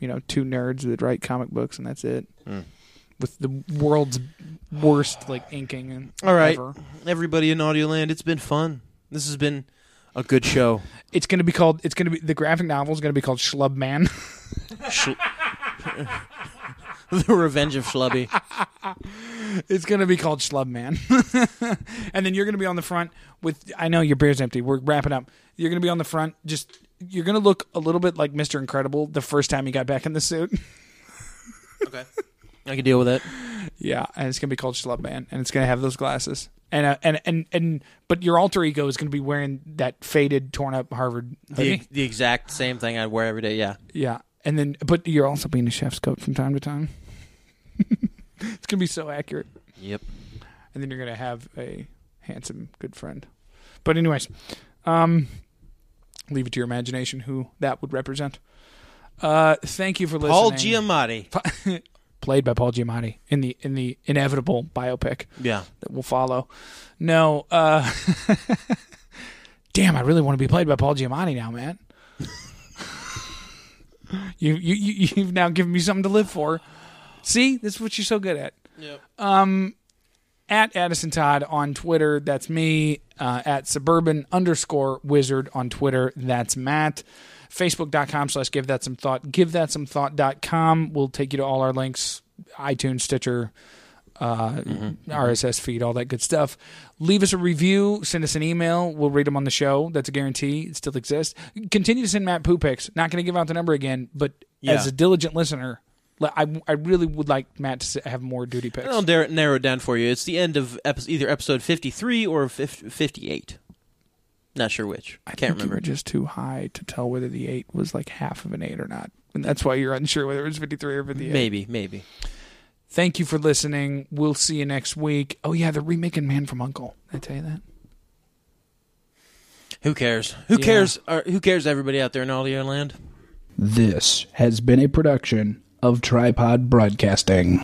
Speaker 1: you know, two nerds that write comic books and that's it.
Speaker 2: Hmm.
Speaker 1: With the world's worst like inking and
Speaker 2: All right,
Speaker 1: ever.
Speaker 2: everybody in Audioland, it's been fun. This has been a good show.
Speaker 1: It's gonna be called. It's gonna be the graphic novel is gonna be called Schlub Man.
Speaker 2: the Revenge of Schlubby.
Speaker 1: It's gonna be called Schlub Man, and then you're gonna be on the front with. I know your beer's empty. We're wrapping up. You're gonna be on the front. Just you're gonna look a little bit like Mister Incredible the first time you got back in the suit.
Speaker 2: Okay, I can deal with it.
Speaker 1: yeah, and it's gonna be called Schlub Man, and it's gonna have those glasses. And uh, and and and but your alter ego is gonna be wearing that faded, torn up Harvard hoodie.
Speaker 2: The, the exact same thing I wear every day. Yeah.
Speaker 1: yeah, and then but you're also being a chef's coat from time to time. it's gonna be so accurate.
Speaker 2: Yep.
Speaker 1: and then you're gonna have a handsome good friend. But anyways, um, leave it to your imagination who that would represent. Uh, thank you for listening.
Speaker 2: Paul Giamatti.
Speaker 1: played by Paul Giamatti in the in the inevitable biopic
Speaker 2: Yeah.
Speaker 1: that will follow. No, uh, damn, I really want to be played by Paul Giamatti now, man. you, you you you've now given me something to live for. See, this is what you're so good at. Yep. Um, at Addison Todd on Twitter, that's me. Uh, at suburban underscore wizard on Twitter, that's Matt. Facebook.com slash give that some thought. Give that some thought.com will take you to all our links iTunes, Stitcher, uh, RSS feed, all that good stuff. Leave us a review, send us an email. We'll read them on the show. That's a guarantee. It still exists. Continue to send Matt poo pics. Not going to give out the number again, but
Speaker 2: Yeah.
Speaker 1: as a diligent listener, li- I, I really would like Matt to s- have more duty pics.
Speaker 2: I'll dar- narrow it down for you. It's the end of epi- either episode 53 or fif- 58. Not sure which. I
Speaker 1: think
Speaker 2: can't
Speaker 1: You were
Speaker 2: remember.
Speaker 1: just too high to tell whether the eight was like half of an eight or not. And that's why you're unsure whether it was 53 or 58.
Speaker 2: Maybe, maybe.
Speaker 1: Thank you for listening. We'll see you next week. Oh, yeah, they're remaking Man from Uncle. Did I tell you that?
Speaker 2: Who cares? Who cares? Or who cares? Everybody out there in audio land.
Speaker 3: This has been a production of Tripod Broadcasting.